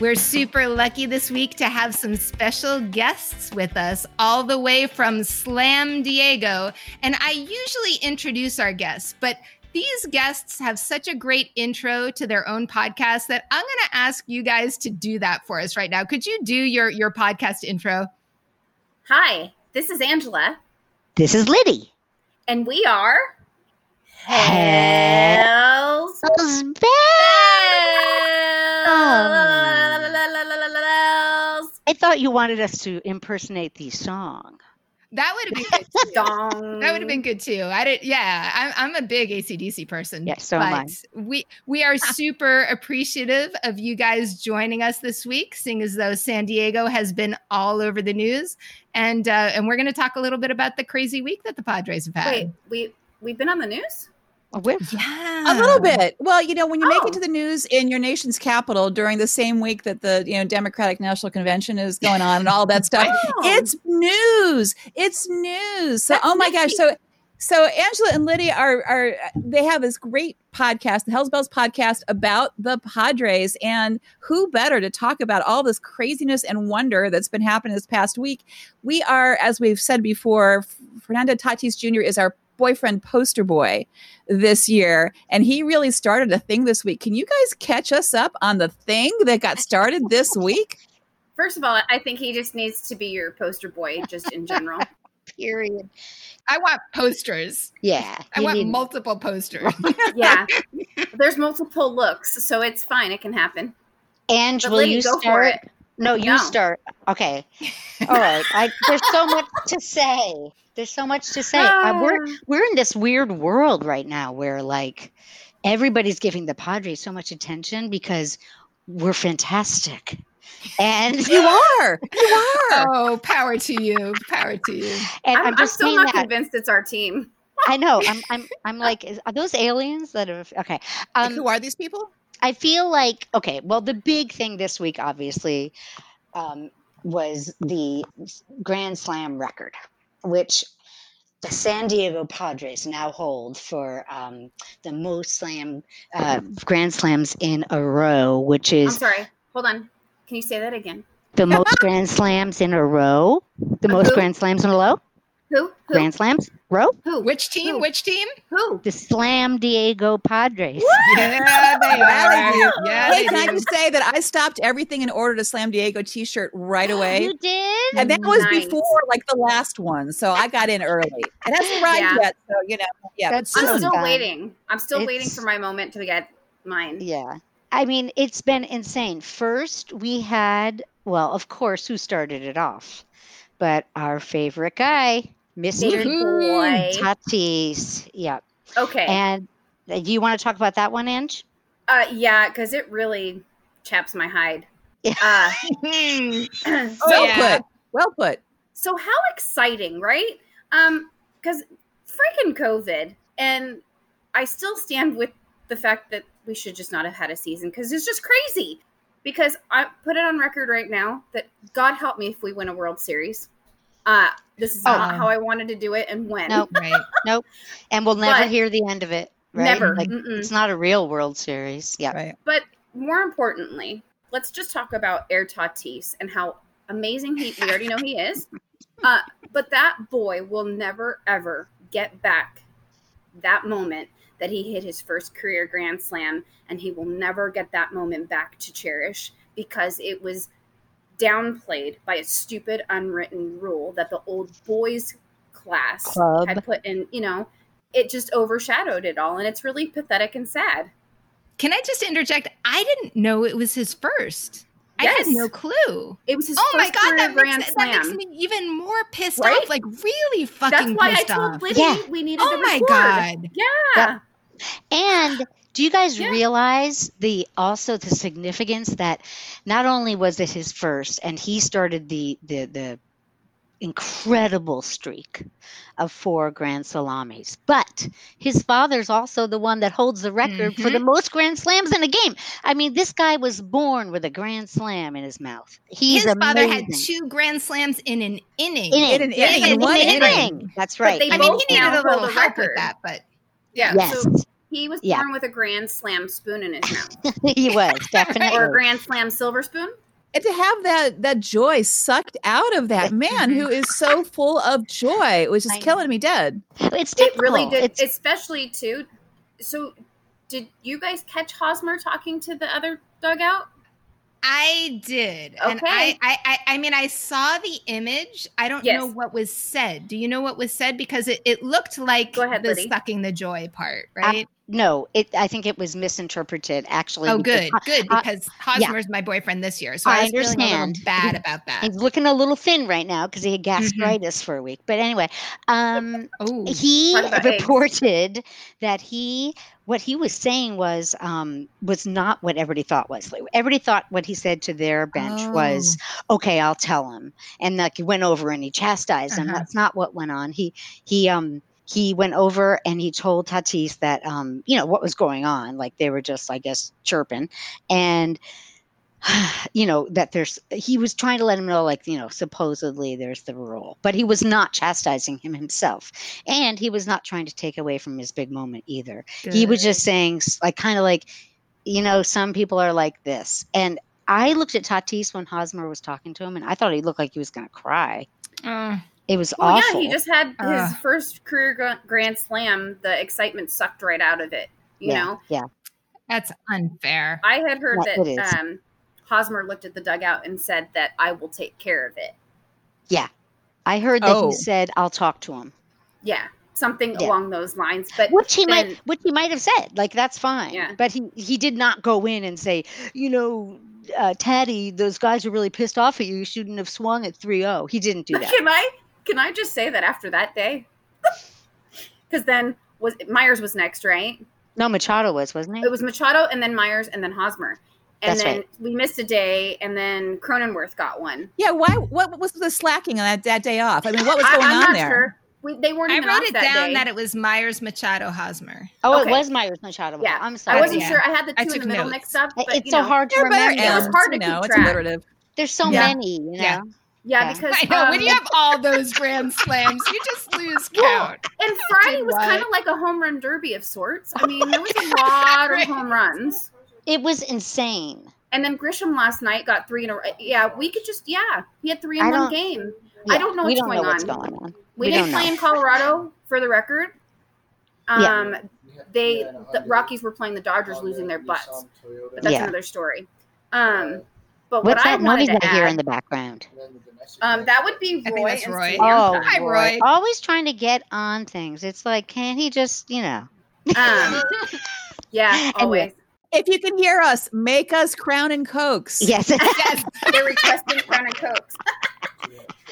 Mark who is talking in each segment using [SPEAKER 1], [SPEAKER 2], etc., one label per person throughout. [SPEAKER 1] We're super lucky this week to have some special guests with us, all the way from Slam Diego. And I usually introduce our guests, but these guests have such a great intro to their own podcast that I'm going to ask you guys to do that for us right now. Could you do your, your podcast intro?
[SPEAKER 2] Hi, this is Angela,
[SPEAKER 3] This is Liddy.
[SPEAKER 2] and we are Hell's
[SPEAKER 3] Hell's
[SPEAKER 2] Bells.
[SPEAKER 3] I thought you wanted us to impersonate the song.
[SPEAKER 1] That would have been good. too.
[SPEAKER 2] Dong.
[SPEAKER 1] That would have been good too. I did. Yeah, I'm, I'm a big ACDC person.
[SPEAKER 3] Yes, so am I.
[SPEAKER 1] but We we are super appreciative of you guys joining us this week, seeing as though San Diego has been all over the news, and uh, and we're going to talk a little bit about the crazy week that the Padres have had.
[SPEAKER 2] Wait, we we've been on the news.
[SPEAKER 3] Oh, we're-
[SPEAKER 1] Yeah,
[SPEAKER 4] A little bit. Well, you know, when you make
[SPEAKER 2] Oh.
[SPEAKER 4] it to the news in your nation's capital during the same week that the you know Democratic National Convention is going on and all that stuff,
[SPEAKER 2] Oh.
[SPEAKER 4] it's news. It's news. So,
[SPEAKER 2] That's
[SPEAKER 4] oh my gosh.
[SPEAKER 2] neat.
[SPEAKER 4] So, so Angela and Lydia are are they have this great podcast, the Hell's Bells podcast about the Padres, and who better to talk about all this craziness and wonder that's been happening this past week? We are, as we've said before, Fernando Tatis Jr. is our boyfriend poster boy this year, and he really started a thing this week. Can you guys catch us up on the thing that got started this week?
[SPEAKER 2] First of all, I think he just needs to be your poster boy, just in general.
[SPEAKER 3] Period.
[SPEAKER 1] I want posters.
[SPEAKER 3] Yeah.
[SPEAKER 1] I
[SPEAKER 3] you
[SPEAKER 1] want
[SPEAKER 3] need-
[SPEAKER 1] multiple posters.
[SPEAKER 2] yeah, there's multiple looks, so it's fine. It can happen.
[SPEAKER 3] Ange,
[SPEAKER 2] But
[SPEAKER 3] will
[SPEAKER 2] Liddy,
[SPEAKER 3] you
[SPEAKER 2] go
[SPEAKER 3] start?
[SPEAKER 2] for it.
[SPEAKER 3] No, you
[SPEAKER 2] No.
[SPEAKER 3] start. Okay. All right. I, there's so much to say. There's so much to say. Uh, we're
[SPEAKER 2] Ah.
[SPEAKER 3] we're in this weird world right now where like everybody's giving the Padres so much attention because we're fantastic, and
[SPEAKER 4] You are. You are.
[SPEAKER 1] oh, power to you! Power to you!
[SPEAKER 3] and
[SPEAKER 2] I'm,
[SPEAKER 3] I'm,
[SPEAKER 2] I'm
[SPEAKER 3] just
[SPEAKER 2] still
[SPEAKER 3] saying
[SPEAKER 2] not
[SPEAKER 3] that.
[SPEAKER 2] convinced it's our team.
[SPEAKER 3] I know. I'm I'm I'm like, is, are those aliens that have? Okay.
[SPEAKER 5] Like,
[SPEAKER 3] Um,
[SPEAKER 5] who are these people?
[SPEAKER 3] I feel like okay. Well, the big thing this week, obviously, um, was the s- Grand Slam record, which the San Diego Padres now hold for um, the most slam uh, Grand Slams in a row, which
[SPEAKER 2] I'm
[SPEAKER 3] is
[SPEAKER 2] sorry. Hold on. Can you say that again?
[SPEAKER 3] the most Grand Slams in a row. The
[SPEAKER 2] Uh,
[SPEAKER 3] most
[SPEAKER 2] who?
[SPEAKER 3] Grand Slams in a row.
[SPEAKER 2] Who? Who?
[SPEAKER 3] Grand Slams row.
[SPEAKER 2] Who?
[SPEAKER 1] Which team?
[SPEAKER 2] Who?
[SPEAKER 1] Which team?
[SPEAKER 2] Who?
[SPEAKER 3] The Slam Diego Padres.
[SPEAKER 1] Yeah, they are. Yeah,
[SPEAKER 4] Hey,
[SPEAKER 1] they
[SPEAKER 4] can I
[SPEAKER 1] do.
[SPEAKER 4] just say that I stopped everything and ordered a Slam Diego T-shirt right away,
[SPEAKER 3] You did.
[SPEAKER 4] and that was
[SPEAKER 2] Nice.
[SPEAKER 4] before like the last one, so I got in early. It hasn't arrived
[SPEAKER 2] Yeah.
[SPEAKER 4] yet, so you know, yeah.
[SPEAKER 3] That's
[SPEAKER 2] I'm
[SPEAKER 3] so
[SPEAKER 2] still
[SPEAKER 3] fun.
[SPEAKER 2] waiting. I'm still waiting
[SPEAKER 3] It's-
[SPEAKER 2] for my moment to get mine.
[SPEAKER 3] Yeah. I mean, it's been insane. First, we had, well, of course, who started it off? But our favorite guy,
[SPEAKER 2] Big
[SPEAKER 3] Mr.
[SPEAKER 1] Who?
[SPEAKER 2] boy.
[SPEAKER 3] Tatis. Yeah.
[SPEAKER 2] Okay.
[SPEAKER 3] And uh, do you want to talk about that one, Inch?
[SPEAKER 2] uh, yeah, because it really chaps my hide.
[SPEAKER 3] Yeah.
[SPEAKER 2] Uh,
[SPEAKER 1] Hmm.
[SPEAKER 4] well
[SPEAKER 1] yeah.
[SPEAKER 4] put. Well put.
[SPEAKER 2] so how exciting, right? Um, because freaking COVID, and I still stand with the fact that we should just not have had a season because it's just crazy. Because I put it on record right now that God help me if we win a World Series. Uh, this is
[SPEAKER 3] Oh.
[SPEAKER 2] not how I wanted to do it, and when
[SPEAKER 3] Nope.
[SPEAKER 1] Right.
[SPEAKER 3] Nope. And we'll never
[SPEAKER 2] But-
[SPEAKER 3] hear the end of it, right?
[SPEAKER 2] never. Mm-hmm.
[SPEAKER 3] Like,
[SPEAKER 2] Mm-mm.
[SPEAKER 3] it's not a real World Series. Yeah.
[SPEAKER 4] Right.
[SPEAKER 2] But more importantly, let's just talk about Air Tatis and how amazing he we already know he is. Uh, but that boy will never ever get back that moment that he hit his first career grand slam and he will never get that moment back to cherish because it was downplayed by a stupid unwritten rule that the old boys class
[SPEAKER 3] Club.
[SPEAKER 2] had put in, you know, it just overshadowed it all and it's really pathetic and sad.
[SPEAKER 1] Can I just interject? I didn't know it was his first. I had
[SPEAKER 2] Yes.
[SPEAKER 1] no clue.
[SPEAKER 2] It was his
[SPEAKER 1] oh my
[SPEAKER 2] first
[SPEAKER 1] god,
[SPEAKER 2] career
[SPEAKER 1] that
[SPEAKER 2] grand
[SPEAKER 1] makes, that
[SPEAKER 2] slam.
[SPEAKER 1] makes me even more pissed
[SPEAKER 2] Right?
[SPEAKER 1] off. Like really
[SPEAKER 2] That's
[SPEAKER 1] fucking
[SPEAKER 2] why I
[SPEAKER 1] pissed
[SPEAKER 2] told
[SPEAKER 1] off.
[SPEAKER 2] Liddy
[SPEAKER 3] Yeah.
[SPEAKER 2] we needed
[SPEAKER 1] Oh
[SPEAKER 2] to
[SPEAKER 1] my
[SPEAKER 2] record.
[SPEAKER 1] god.
[SPEAKER 2] Yeah.
[SPEAKER 3] And do you guys
[SPEAKER 2] Yeah.
[SPEAKER 3] realize the also the significance that not only was it his first, and he started the the the incredible streak of four grand salamis, but his father's also the one that holds the record for the
[SPEAKER 2] Mm-hmm.
[SPEAKER 3] most grand slams in a game. I mean, this guy was born with a grand slam in his mouth. He's
[SPEAKER 1] His father had
[SPEAKER 3] amazing.
[SPEAKER 1] two grand slams in an inning.
[SPEAKER 3] Inning.
[SPEAKER 4] In an inning,
[SPEAKER 3] In
[SPEAKER 4] one
[SPEAKER 3] an
[SPEAKER 4] inning.
[SPEAKER 3] inning. That's right.
[SPEAKER 2] they
[SPEAKER 1] I
[SPEAKER 3] In
[SPEAKER 1] mean,
[SPEAKER 3] an
[SPEAKER 2] both
[SPEAKER 1] he
[SPEAKER 2] now
[SPEAKER 1] needed a
[SPEAKER 2] hold
[SPEAKER 3] inning.
[SPEAKER 1] little
[SPEAKER 2] the
[SPEAKER 1] help with
[SPEAKER 2] record.
[SPEAKER 1] that, but
[SPEAKER 2] Yeah.
[SPEAKER 3] Yes.
[SPEAKER 2] So He was
[SPEAKER 3] Yeah.
[SPEAKER 2] born with a Grand Slam spoon in his mouth,
[SPEAKER 3] he was definitely.
[SPEAKER 2] or a Grand Slam silver spoon.
[SPEAKER 4] And to have that that joy sucked out of that man who is so full of joy it was
[SPEAKER 3] I
[SPEAKER 4] just
[SPEAKER 3] know.
[SPEAKER 4] killing me dead.
[SPEAKER 3] It's
[SPEAKER 2] It really
[SPEAKER 3] typical.
[SPEAKER 2] did,
[SPEAKER 3] It's-
[SPEAKER 2] especially too. So, did you guys catch Hosmer talking to the other dugout?
[SPEAKER 1] I did. And I,
[SPEAKER 2] Okay.
[SPEAKER 1] I, I, I mean, I saw the image. I don't
[SPEAKER 2] Yes.
[SPEAKER 1] know what was said. Do you know what was said? Because it, it looked like
[SPEAKER 2] Go ahead,
[SPEAKER 1] the
[SPEAKER 2] Liddy.
[SPEAKER 1] sucking the joy part, right?
[SPEAKER 3] no, it. I think it was misinterpreted. Actually,
[SPEAKER 1] oh,
[SPEAKER 3] because
[SPEAKER 1] good, good.
[SPEAKER 3] I-
[SPEAKER 1] Because Hosmer's my boyfriend this year. So
[SPEAKER 3] I
[SPEAKER 1] I, was feeling a
[SPEAKER 3] understand.
[SPEAKER 1] little bad about that.
[SPEAKER 3] He's looking a little thin right now because he had gastritis for a week. But anyway, um,
[SPEAKER 1] Oh,
[SPEAKER 3] he
[SPEAKER 2] Talk about eggs.
[SPEAKER 3] reported that he what he was saying was um, was not what everybody thought was. Like, everybody thought what he said to their bench was okay. I'll tell him, and like he went over and he chastised him.
[SPEAKER 1] Uh-huh.
[SPEAKER 3] That's not what went on. He he um he went over and he told Tatis that um you know what was going on. Like they were just I guess chirping, and you know that there's he was trying to let him know like you know supposedly there's the rule but he was not chastising him himself and he was not trying to take away from his big moment either he was just saying s- like kind of like you know some people are like this and i looked at tatis when hosmer was talking to him and i thought he looked like he was going to cry
[SPEAKER 1] Oh,
[SPEAKER 3] it was
[SPEAKER 2] Well,
[SPEAKER 3] awful
[SPEAKER 2] yeah, he just had his
[SPEAKER 1] Ugh.
[SPEAKER 2] first career gra- Grand Slam. The excitement sucked right out of it. You
[SPEAKER 3] yeah,
[SPEAKER 2] know,
[SPEAKER 3] yeah
[SPEAKER 1] that's unfair.
[SPEAKER 2] I had heard
[SPEAKER 3] Yeah, it is.
[SPEAKER 2] that um, Hosmer looked at the dugout and said that I will take care of it.
[SPEAKER 3] i heard that
[SPEAKER 4] Oh.
[SPEAKER 3] he said i'll talk to him
[SPEAKER 2] Yeah, something
[SPEAKER 3] Yeah.
[SPEAKER 2] along those lines. But
[SPEAKER 3] which he
[SPEAKER 2] then-
[SPEAKER 3] might which he might have said like that's fine
[SPEAKER 2] Yeah.
[SPEAKER 3] but he he did not go in and say you know uh, taddy those guys are really pissed off at you you shouldn't have swung at 3-0 he didn't do that
[SPEAKER 2] Can I can I just say that after that day? Because then was Myers was next, right?
[SPEAKER 3] no machado was wasn't he
[SPEAKER 2] It was Machado and then Myers and then Hosmer. And
[SPEAKER 3] That's
[SPEAKER 2] then
[SPEAKER 3] right.
[SPEAKER 2] we missed a day and then Cronenworth got one.
[SPEAKER 4] Yeah, why? What was the slacking on that, that day off? I mean, what was
[SPEAKER 2] I,
[SPEAKER 4] going
[SPEAKER 2] am
[SPEAKER 4] on
[SPEAKER 2] not
[SPEAKER 4] there?
[SPEAKER 2] sure. We, they weren't
[SPEAKER 1] I
[SPEAKER 2] even
[SPEAKER 1] wrote
[SPEAKER 2] off
[SPEAKER 1] it down
[SPEAKER 2] day.
[SPEAKER 1] that it was Myers, Machado, Hosmer.
[SPEAKER 3] oh
[SPEAKER 2] okay.
[SPEAKER 3] it was myers machado
[SPEAKER 2] Yeah,
[SPEAKER 3] i'm sorry
[SPEAKER 2] I wasn't
[SPEAKER 1] Yeah.
[SPEAKER 2] sure. I had the
[SPEAKER 1] I
[SPEAKER 2] two in
[SPEAKER 1] took
[SPEAKER 2] the middle
[SPEAKER 1] notes.
[SPEAKER 2] mixed up.
[SPEAKER 3] It-
[SPEAKER 2] But,
[SPEAKER 3] it's
[SPEAKER 2] you
[SPEAKER 3] so
[SPEAKER 2] know,
[SPEAKER 3] hard to
[SPEAKER 4] There are better
[SPEAKER 3] remember
[SPEAKER 2] It was
[SPEAKER 4] M's,
[SPEAKER 2] hard
[SPEAKER 4] you
[SPEAKER 2] to
[SPEAKER 4] know,
[SPEAKER 2] keep
[SPEAKER 4] it's
[SPEAKER 2] track.
[SPEAKER 4] alliterative.
[SPEAKER 3] there's so
[SPEAKER 1] Yeah.
[SPEAKER 3] many you know
[SPEAKER 1] Yeah.
[SPEAKER 2] Yeah,
[SPEAKER 3] Yeah.
[SPEAKER 2] because
[SPEAKER 1] I know.
[SPEAKER 2] um,
[SPEAKER 1] when you have all those grand slams, you just lose count.
[SPEAKER 2] and Friday
[SPEAKER 1] Did
[SPEAKER 2] was
[SPEAKER 1] what?
[SPEAKER 2] kind of like a home run derby of sorts. I mean, there was a lot of
[SPEAKER 1] Right.
[SPEAKER 2] home runs.
[SPEAKER 3] it was insane
[SPEAKER 2] And then Grisham last night got three in a row. Yeah, we could just yeah, he had three in
[SPEAKER 3] I
[SPEAKER 2] one
[SPEAKER 3] don't-
[SPEAKER 2] game.
[SPEAKER 3] Yeah,
[SPEAKER 2] I don't know
[SPEAKER 3] we
[SPEAKER 2] what's
[SPEAKER 3] don't
[SPEAKER 2] going
[SPEAKER 3] know what's
[SPEAKER 2] on.
[SPEAKER 3] going on
[SPEAKER 2] We,
[SPEAKER 3] We
[SPEAKER 2] didn't
[SPEAKER 3] don't
[SPEAKER 2] play
[SPEAKER 3] know.
[SPEAKER 2] in Colorado for the record.
[SPEAKER 3] Yeah.
[SPEAKER 2] Um, they the Rockies were playing the Dodgers, losing their butts. But that's
[SPEAKER 3] Yeah.
[SPEAKER 2] another story. Um, but
[SPEAKER 3] what's
[SPEAKER 2] what I
[SPEAKER 3] that noise
[SPEAKER 2] wanted
[SPEAKER 3] i
[SPEAKER 2] to add,
[SPEAKER 3] hear in the background
[SPEAKER 2] um, that would be
[SPEAKER 1] I think
[SPEAKER 2] Roy.
[SPEAKER 1] that's
[SPEAKER 2] and
[SPEAKER 1] Roy.
[SPEAKER 2] Samantha.
[SPEAKER 1] Hi, Roy.
[SPEAKER 3] Oh, always trying to get on things it's like can he just you know
[SPEAKER 2] Um, yeah,
[SPEAKER 3] Oh. Anyway.
[SPEAKER 2] always.
[SPEAKER 4] If you can hear us, make us crown and cokes.
[SPEAKER 3] yes
[SPEAKER 1] Yes.
[SPEAKER 2] They're requesting Crown and Cokes.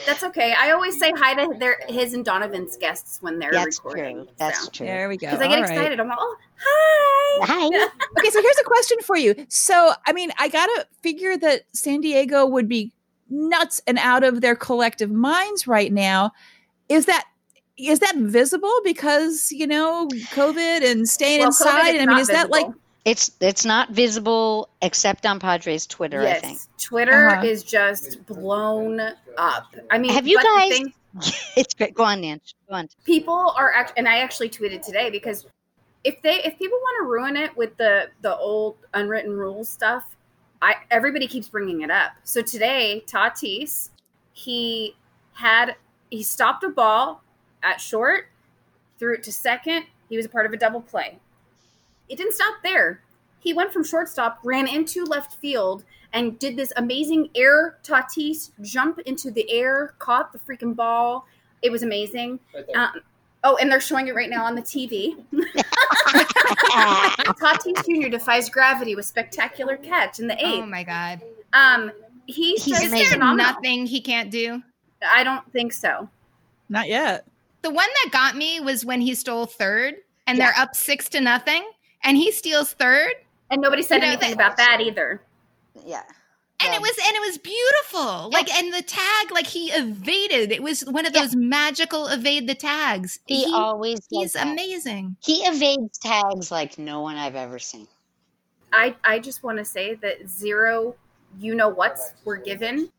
[SPEAKER 2] That's okay. I always say hi to their his and Donovan's guests when they're
[SPEAKER 3] that's
[SPEAKER 2] recording.
[SPEAKER 3] true that's true
[SPEAKER 4] There we go.
[SPEAKER 2] Because I get
[SPEAKER 4] All right.
[SPEAKER 2] excited. I'm like, oh, hi.
[SPEAKER 3] Hi.
[SPEAKER 4] Okay, so here's a question for you. So, I mean, I got to figure that San Diego would be nuts and out of their collective minds right now. Is that is that visible because, you know, COVID and staying
[SPEAKER 2] Well, COVID
[SPEAKER 4] inside?
[SPEAKER 2] is
[SPEAKER 4] And I mean,
[SPEAKER 2] not
[SPEAKER 4] is that like
[SPEAKER 2] visible.
[SPEAKER 3] It's it's not visible except on Padres Twitter, I think.
[SPEAKER 2] Twitter
[SPEAKER 4] Uh-huh.
[SPEAKER 2] is just blown up. I mean,
[SPEAKER 3] Have you
[SPEAKER 2] but the
[SPEAKER 3] guys-
[SPEAKER 2] thing-
[SPEAKER 3] It's great. Go on, Nancy. Go on.
[SPEAKER 2] people are act- and I actually tweeted today because if they if people want to ruin it with the the old unwritten rules stuff, I everybody keeps bringing it up. So today, Tatis, he had he stopped a ball at short, threw it to second. He was a part of a double play. It didn't stop there. He went from shortstop, ran into left field, and did this amazing air Tatis jump into the air, caught the freaking ball. It was amazing. Um, oh, and they're showing it right now on the TV. Tatis Jr. defies gravity with spectacular catch in the
[SPEAKER 1] Oh
[SPEAKER 2] eighth.
[SPEAKER 1] my God.
[SPEAKER 2] Um, he's,
[SPEAKER 3] He's
[SPEAKER 2] just
[SPEAKER 1] Is there
[SPEAKER 3] amazing.
[SPEAKER 2] phenomenal.
[SPEAKER 1] nothing he can't do?
[SPEAKER 2] I don't think so.
[SPEAKER 4] not yet?
[SPEAKER 1] The one that got me was when he stole third and they're up six to nothing and he steals third.
[SPEAKER 2] And nobody said
[SPEAKER 1] You know,
[SPEAKER 2] anything
[SPEAKER 1] they-
[SPEAKER 2] about that either.
[SPEAKER 3] Yeah.
[SPEAKER 1] And
[SPEAKER 3] Yeah.
[SPEAKER 1] it was and it was beautiful. Like and the tag, like he evaded. It was one of
[SPEAKER 3] Yeah.
[SPEAKER 1] those magical evade the tags.
[SPEAKER 3] He,
[SPEAKER 1] He-
[SPEAKER 3] always does
[SPEAKER 1] he's
[SPEAKER 3] that.
[SPEAKER 1] amazing.
[SPEAKER 3] He evades tags like no one I've ever seen.
[SPEAKER 2] I, I just want to say that zero you know what's were given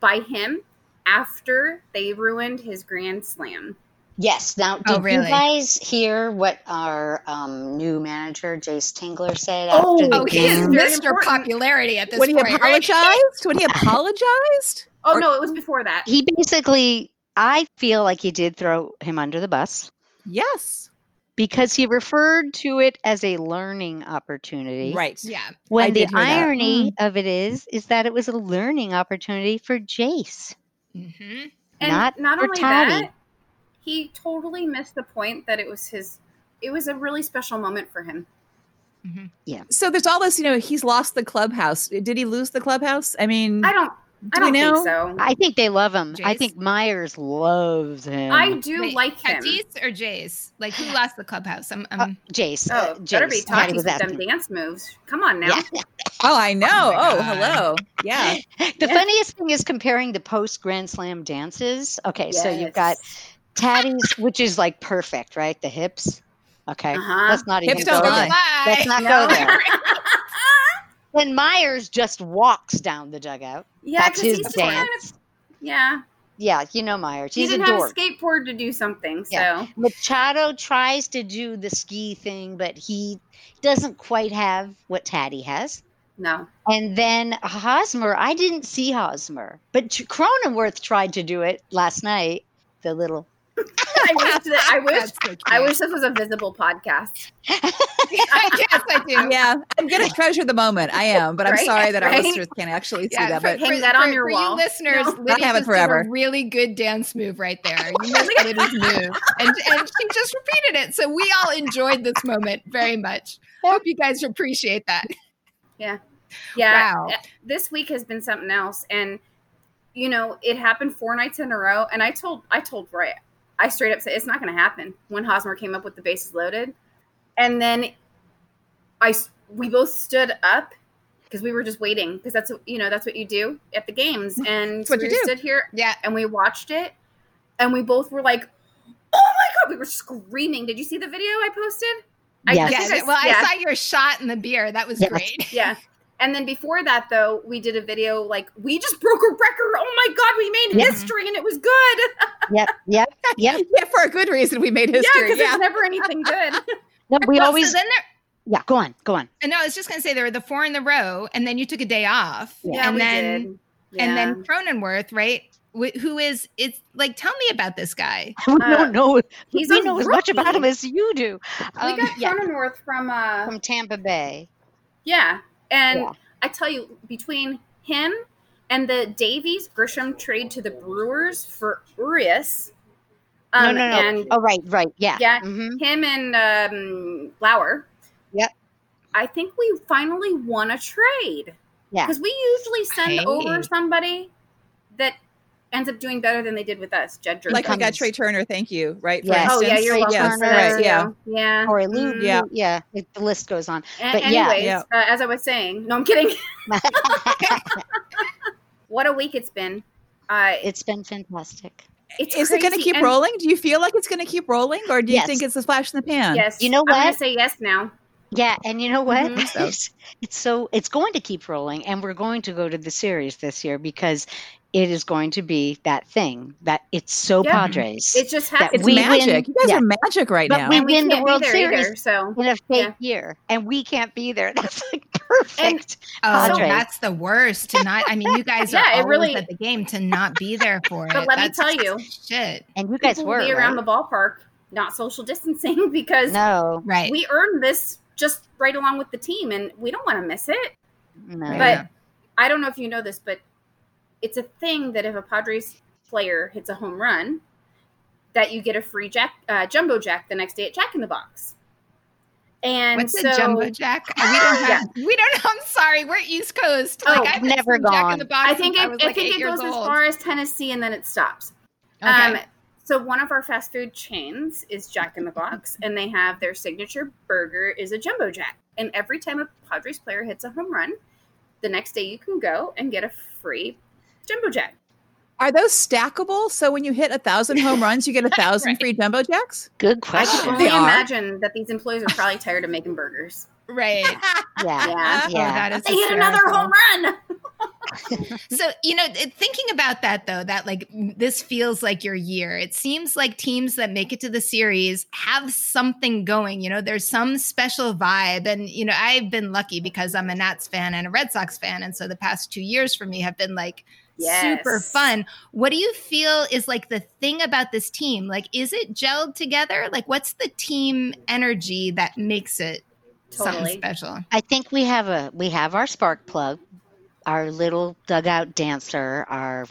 [SPEAKER 2] by him after they ruined his grand slam.
[SPEAKER 3] Yes. Now, did
[SPEAKER 1] Oh,
[SPEAKER 3] you
[SPEAKER 1] really?
[SPEAKER 3] guys hear what our um, new manager, Jace Tingler, said
[SPEAKER 2] Oh,
[SPEAKER 3] after the
[SPEAKER 1] Oh, he is
[SPEAKER 3] game?
[SPEAKER 2] very
[SPEAKER 1] Mr.
[SPEAKER 2] important.
[SPEAKER 1] Popularity at this
[SPEAKER 4] when he
[SPEAKER 1] point. right?
[SPEAKER 4] apologized, when he apologized,
[SPEAKER 2] Oh
[SPEAKER 4] Or-
[SPEAKER 2] no, it was before that.
[SPEAKER 3] He basically, I feel like he did throw him under the bus
[SPEAKER 4] yes,
[SPEAKER 3] because he referred to it as a learning opportunity.
[SPEAKER 4] right.
[SPEAKER 1] Yeah.
[SPEAKER 3] When the
[SPEAKER 4] did hear that. Hmm.
[SPEAKER 3] irony of it is, is that it was a learning opportunity for Jace.
[SPEAKER 1] hmm
[SPEAKER 2] And
[SPEAKER 3] Not
[SPEAKER 2] not,
[SPEAKER 3] for
[SPEAKER 2] only
[SPEAKER 3] Toddy.
[SPEAKER 2] that, he totally missed the point that it was his. It was a really special moment for him.
[SPEAKER 4] So there's all this, you know, he's lost the clubhouse. Did he lose the clubhouse? I mean,
[SPEAKER 2] I don't.
[SPEAKER 4] do
[SPEAKER 2] I don't
[SPEAKER 4] we know?
[SPEAKER 2] think so. I,
[SPEAKER 3] I think they love him. I
[SPEAKER 1] Jace?
[SPEAKER 3] think Myers loves him.
[SPEAKER 2] do
[SPEAKER 1] Wait,
[SPEAKER 2] like him.
[SPEAKER 1] Tatis or Jays? Like who lost the clubhouse? I'm, I'm,
[SPEAKER 3] Jace.
[SPEAKER 2] Oh,
[SPEAKER 3] uh,
[SPEAKER 2] better be
[SPEAKER 3] Jace. Toddy
[SPEAKER 2] Tati with
[SPEAKER 3] was
[SPEAKER 2] them
[SPEAKER 3] asking.
[SPEAKER 2] dance moves. Come on now.
[SPEAKER 4] Oh, I know.
[SPEAKER 1] Oh my
[SPEAKER 4] Oh,
[SPEAKER 1] God.
[SPEAKER 4] hello. Yeah.
[SPEAKER 3] The
[SPEAKER 2] Yeah.
[SPEAKER 3] funniest thing is comparing the post Grand Slam dances. Okay, so you've got Taddy's, which is like perfect, right? The hips. Okay,
[SPEAKER 2] Uh-huh.
[SPEAKER 3] let's not
[SPEAKER 4] Hips
[SPEAKER 3] even
[SPEAKER 4] don't
[SPEAKER 3] go
[SPEAKER 4] lie.
[SPEAKER 3] there. Let's not go there. Then Myers just walks down the dugout.
[SPEAKER 2] yeah,
[SPEAKER 3] That's
[SPEAKER 2] because
[SPEAKER 3] his
[SPEAKER 2] he's just kind of.
[SPEAKER 3] dance.
[SPEAKER 2] Yeah,
[SPEAKER 3] Yeah, you know Myers.
[SPEAKER 2] he
[SPEAKER 3] He's a
[SPEAKER 2] didn't have a
[SPEAKER 3] dork.
[SPEAKER 2] skateboard to do something. So
[SPEAKER 3] Yeah. Machado tries to do the ski thing, but he doesn't quite have what Taddy has.
[SPEAKER 2] no.
[SPEAKER 3] And then Hosmer, I didn't see Hosmer, but Tr- Cronenworth tried to do it last night. The little
[SPEAKER 2] I wish. That, I wish.
[SPEAKER 1] That's so cute.
[SPEAKER 2] I wish this was a visible podcast.
[SPEAKER 1] yes, I do.
[SPEAKER 4] Yeah. I'm going to treasure the moment. I am, but I'm
[SPEAKER 2] Right,
[SPEAKER 4] sorry that our
[SPEAKER 2] right.
[SPEAKER 4] listeners can't actually see
[SPEAKER 1] Yeah,
[SPEAKER 4] that.
[SPEAKER 1] for,
[SPEAKER 4] But
[SPEAKER 2] hang
[SPEAKER 1] for-
[SPEAKER 2] that on
[SPEAKER 1] for-
[SPEAKER 2] your
[SPEAKER 1] for
[SPEAKER 2] wall.
[SPEAKER 1] You listeners,
[SPEAKER 2] No.
[SPEAKER 4] I
[SPEAKER 1] Lydia
[SPEAKER 4] have it
[SPEAKER 1] just
[SPEAKER 4] forever.
[SPEAKER 1] did a really good dance move right there. You
[SPEAKER 2] Oh
[SPEAKER 1] missed Lydia's move, and, and she just repeated it. So we all enjoyed this moment very much. Hope you guys appreciate that.
[SPEAKER 2] Yeah.
[SPEAKER 1] Wow.
[SPEAKER 2] This week has been something else, and you know it happened four nights in a row. And I told I told Roy, I straight up said it's not going to happen. When Hosmer came up with the bases loaded, and then I s- we both stood up because we were just waiting because that's what you know that's what you do at the games. And
[SPEAKER 4] Mm-hmm. what
[SPEAKER 2] we
[SPEAKER 4] you do.
[SPEAKER 2] stood here
[SPEAKER 1] Yeah.
[SPEAKER 2] and we watched it and we both were like oh my god we were screaming did you see the video i posted I-
[SPEAKER 3] Yes.
[SPEAKER 2] I
[SPEAKER 1] yeah.
[SPEAKER 2] think I-
[SPEAKER 1] well,
[SPEAKER 2] yeah.
[SPEAKER 1] I saw your shot in the beer. That was
[SPEAKER 3] Yes.
[SPEAKER 1] great.
[SPEAKER 2] yeah and then before that though we did a video like we just broke a record oh my god we made
[SPEAKER 1] Yeah.
[SPEAKER 2] history and it was good
[SPEAKER 3] yep, yep, yep.
[SPEAKER 4] yeah, for a good reason, we made
[SPEAKER 2] yeah
[SPEAKER 4] history.
[SPEAKER 2] because
[SPEAKER 4] Yeah.
[SPEAKER 2] there's never anything good
[SPEAKER 3] No, we
[SPEAKER 1] Well, so
[SPEAKER 3] always
[SPEAKER 1] then there.
[SPEAKER 3] yeah. Go on, go on.
[SPEAKER 1] And no, I was just gonna say there were the four in the row, and then you took a day off,
[SPEAKER 2] yeah
[SPEAKER 1] and
[SPEAKER 2] we
[SPEAKER 1] then
[SPEAKER 2] did
[SPEAKER 1] and
[SPEAKER 2] Yeah.
[SPEAKER 1] then Cronenworth, right? Wh- who is it's like? Tell me about this guy.
[SPEAKER 3] We don't know.
[SPEAKER 2] Uh, he's
[SPEAKER 3] we
[SPEAKER 2] a
[SPEAKER 3] know as much about him
[SPEAKER 2] rookie.
[SPEAKER 3] as you do. Um,
[SPEAKER 2] we got
[SPEAKER 3] yeah,
[SPEAKER 2] Cronenworth from uh
[SPEAKER 3] from Tampa Bay.
[SPEAKER 2] yeah and
[SPEAKER 3] Yeah.
[SPEAKER 2] i tell you between him and the davies grisham trade to the brewers for urias um,
[SPEAKER 3] no, no, no.
[SPEAKER 2] and
[SPEAKER 3] oh, right, right. Yeah.
[SPEAKER 2] Yeah.
[SPEAKER 3] mhm.
[SPEAKER 2] him and um, Lauer.
[SPEAKER 3] Yep.
[SPEAKER 2] I think we finally won a trade.
[SPEAKER 3] Yeah.
[SPEAKER 2] Because we usually send
[SPEAKER 1] Hey.
[SPEAKER 2] over somebody that ends up doing better than they did with us. Jed Drew.
[SPEAKER 4] Like we got
[SPEAKER 3] Cummings.
[SPEAKER 4] Trey Turner. Thank you. Right. for
[SPEAKER 3] Yes.
[SPEAKER 2] oh yeah,
[SPEAKER 4] instance.
[SPEAKER 2] you're welcome.
[SPEAKER 4] Yes.
[SPEAKER 2] for that
[SPEAKER 4] Right.
[SPEAKER 2] too.
[SPEAKER 4] Yeah.
[SPEAKER 2] yeah.
[SPEAKER 3] Or Lou.
[SPEAKER 2] Mhm.
[SPEAKER 4] Yeah.
[SPEAKER 3] Yeah. yeah. it- the list goes on.
[SPEAKER 2] A-
[SPEAKER 3] But yeah.
[SPEAKER 2] anyways,
[SPEAKER 4] Yeah.
[SPEAKER 2] Uh, as I was saying, no, I'm kidding. what a week it's been. Uh,
[SPEAKER 3] it's been fantastic.
[SPEAKER 2] it's
[SPEAKER 4] Is it going to
[SPEAKER 2] crazy,
[SPEAKER 4] keep
[SPEAKER 2] and-
[SPEAKER 4] rolling? Do you feel like it's going to keep rolling, or do you
[SPEAKER 3] Yes.
[SPEAKER 4] think it's a flash in the pan?
[SPEAKER 2] Yes.
[SPEAKER 3] You know
[SPEAKER 2] I'm gonna
[SPEAKER 3] what?
[SPEAKER 2] say yes now.
[SPEAKER 3] Yeah, and you know what?
[SPEAKER 2] Mhm.
[SPEAKER 4] So-
[SPEAKER 3] It's, it's so it's going to keep rolling, and we're going to go to the series this year because it is going to be that thing that it's so
[SPEAKER 2] Yeah.
[SPEAKER 3] Padres.
[SPEAKER 2] It just
[SPEAKER 3] That
[SPEAKER 2] happened.
[SPEAKER 4] It's
[SPEAKER 3] we win-
[SPEAKER 4] magic. you guys
[SPEAKER 3] yeah.
[SPEAKER 4] are magic right
[SPEAKER 3] But
[SPEAKER 4] now.
[SPEAKER 3] we-
[SPEAKER 2] and we
[SPEAKER 3] win the
[SPEAKER 2] can't
[SPEAKER 3] World
[SPEAKER 2] be there either.
[SPEAKER 3] Series.
[SPEAKER 2] So
[SPEAKER 3] in a fake
[SPEAKER 2] Yeah.
[SPEAKER 3] year, and we can't be there. That's like perfect.
[SPEAKER 1] Oh,
[SPEAKER 3] Padres.
[SPEAKER 1] that's the worst to not. I mean, you guys
[SPEAKER 2] Yeah,
[SPEAKER 1] are
[SPEAKER 2] it
[SPEAKER 1] always
[SPEAKER 2] really-
[SPEAKER 1] at the game to not be there for it.
[SPEAKER 2] But let me
[SPEAKER 1] That's
[SPEAKER 2] tell you,
[SPEAKER 1] shit.
[SPEAKER 3] And, you guys
[SPEAKER 2] people
[SPEAKER 3] were
[SPEAKER 2] will be around
[SPEAKER 3] right?
[SPEAKER 2] the ballpark, not social distancing, because
[SPEAKER 3] no,
[SPEAKER 1] Right.
[SPEAKER 2] we earned this just right along with the team, and we don't want to miss it.
[SPEAKER 3] no.
[SPEAKER 2] But
[SPEAKER 1] Yeah.
[SPEAKER 2] I don't know if you know this, but it's a thing that if a Padres player hits a home run, that you get a free jack uh, jumbo jack the next day at Jack in the Box. And
[SPEAKER 1] What's
[SPEAKER 2] so,
[SPEAKER 1] a jumbo jack? Uh, We don't have. We don't. I'm sorry. We're East Coast. Like
[SPEAKER 2] Oh,
[SPEAKER 1] I've been
[SPEAKER 3] never
[SPEAKER 1] seeing Jack in the
[SPEAKER 3] gone.
[SPEAKER 1] Box
[SPEAKER 2] I think
[SPEAKER 1] since
[SPEAKER 2] it,
[SPEAKER 1] was
[SPEAKER 2] I
[SPEAKER 1] like
[SPEAKER 2] think
[SPEAKER 1] eight
[SPEAKER 2] it
[SPEAKER 1] years
[SPEAKER 2] goes as
[SPEAKER 1] old.
[SPEAKER 2] far as Tennessee, and then it stops.
[SPEAKER 1] Okay.
[SPEAKER 2] Um, so one of our fast food chains is Jack in the Box, and they have their signature burger is a jumbo jack. And every time a Padres player hits a home run, the next day you can go and get a free jumbo jack.
[SPEAKER 4] are those stackable? So when you hit a thousand home runs, you get a thousand free jumbo jacks.
[SPEAKER 3] Good
[SPEAKER 2] I can
[SPEAKER 3] question.
[SPEAKER 2] only
[SPEAKER 4] They are.
[SPEAKER 2] imagine that these employees are probably tired of making burgers.
[SPEAKER 1] right.
[SPEAKER 3] Yeah,
[SPEAKER 2] Yeah.
[SPEAKER 1] Oh,
[SPEAKER 3] yeah.
[SPEAKER 1] that is
[SPEAKER 2] They hit another
[SPEAKER 1] hysterical.
[SPEAKER 2] home run.
[SPEAKER 1] So, you know, it- thinking about that though, that like m- this feels like your year. It seems like teams that make it to the series have something going. You know, there's some special vibe. And, you know, I've been lucky because I'm a Nats fan and a Red Sox fan. And so the past two years for me have been like, Super
[SPEAKER 2] Yes.
[SPEAKER 1] fun. What do you feel is like the thing about this team? Like, is it gelled together? Like, what's the team energy that makes it something
[SPEAKER 2] Totally.
[SPEAKER 1] special?
[SPEAKER 3] I think we have a we have our spark plug, our little dugout dancer, our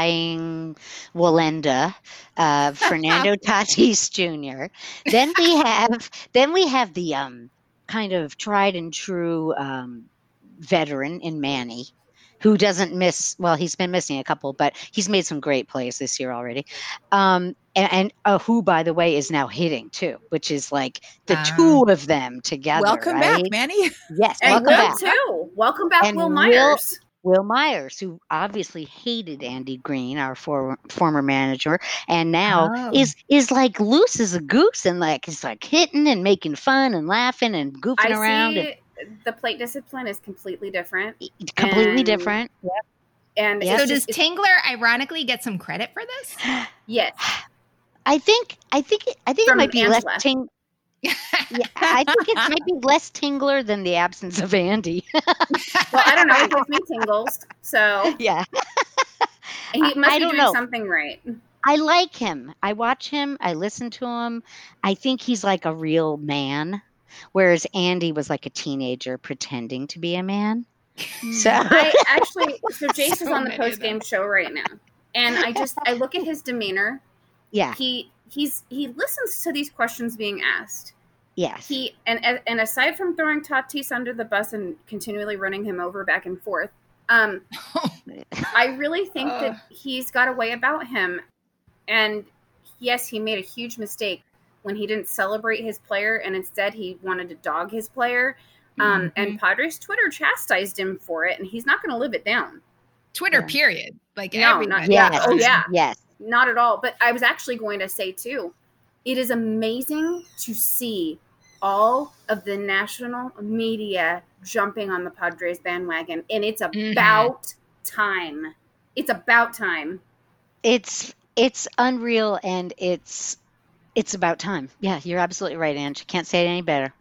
[SPEAKER 3] flying Walenda, uh, Fernando Tatis Jr. Then we have then we have the um, kind of tried and true um, veteran in Manny. Who doesn't miss? Well, he's been missing a couple, but he's made some great plays this year already. Um, and and uh, who, by the way, is now hitting too, which is like the
[SPEAKER 1] Ah.
[SPEAKER 3] two of them together.
[SPEAKER 4] Welcome back,
[SPEAKER 3] right?
[SPEAKER 4] Manny.
[SPEAKER 3] Yes,
[SPEAKER 2] And
[SPEAKER 3] welcome
[SPEAKER 2] Will
[SPEAKER 3] back.
[SPEAKER 2] too. Welcome back,
[SPEAKER 3] And
[SPEAKER 2] Will
[SPEAKER 3] Will-
[SPEAKER 2] Myers.
[SPEAKER 3] Will Myers, who obviously hated Andy Green, our for, former manager, and now
[SPEAKER 1] Oh.
[SPEAKER 3] is is like loose as a goose and like he's like hitting and making fun and laughing and goofing
[SPEAKER 2] I
[SPEAKER 3] around
[SPEAKER 2] see the plate discipline is completely different,
[SPEAKER 3] and completely
[SPEAKER 2] and-
[SPEAKER 3] different.
[SPEAKER 2] and
[SPEAKER 3] Yeah.
[SPEAKER 2] it's
[SPEAKER 1] So, does
[SPEAKER 2] just- it's-
[SPEAKER 1] Tingler ironically get some credit for this?
[SPEAKER 2] yes,
[SPEAKER 3] I think I think it- I think it
[SPEAKER 2] From
[SPEAKER 3] might be
[SPEAKER 2] Angela.
[SPEAKER 3] less ting- yeah, I think it might be less tingler than the absence of Andy.
[SPEAKER 2] well, I don't know. It gives me tingles. So
[SPEAKER 3] yeah.
[SPEAKER 2] he must
[SPEAKER 3] I
[SPEAKER 2] be
[SPEAKER 3] don't
[SPEAKER 2] doing
[SPEAKER 3] know.
[SPEAKER 2] something right.
[SPEAKER 3] I like him. I watch him. I listen to him. I think he's like a real man, whereas Andy was like a teenager pretending to be a man. So
[SPEAKER 2] I actually, so Jace is
[SPEAKER 1] So
[SPEAKER 2] on the
[SPEAKER 1] many of
[SPEAKER 2] post game show right now, and I just I look at his demeanor.
[SPEAKER 3] yeah,
[SPEAKER 2] He he's he listens to these questions being asked.
[SPEAKER 3] yes,
[SPEAKER 2] He and and- and aside from throwing Tatis under the bus and continually running him over back and forth, um, I really think
[SPEAKER 1] Ugh.
[SPEAKER 2] that he's got a way about him. And yes, he made a huge mistake when he didn't celebrate his player and instead he wanted to dog his player. Um, And Padres Twitter chastised him for it, and he's not going to live it down.
[SPEAKER 1] Twitter,
[SPEAKER 3] Yeah.
[SPEAKER 1] period. Like
[SPEAKER 2] No, not-
[SPEAKER 1] everybody.
[SPEAKER 3] yes,
[SPEAKER 2] Oh, yeah.
[SPEAKER 3] yes.
[SPEAKER 2] Not at all. But I was actually going to say, too, it is amazing to see all of the national media jumping on the Padres bandwagon, and it's
[SPEAKER 1] Mhm.
[SPEAKER 2] about time. It's about time.
[SPEAKER 3] It's it's unreal, and it's it's about time. Yeah, you're absolutely right, Ange. Can't say it any better.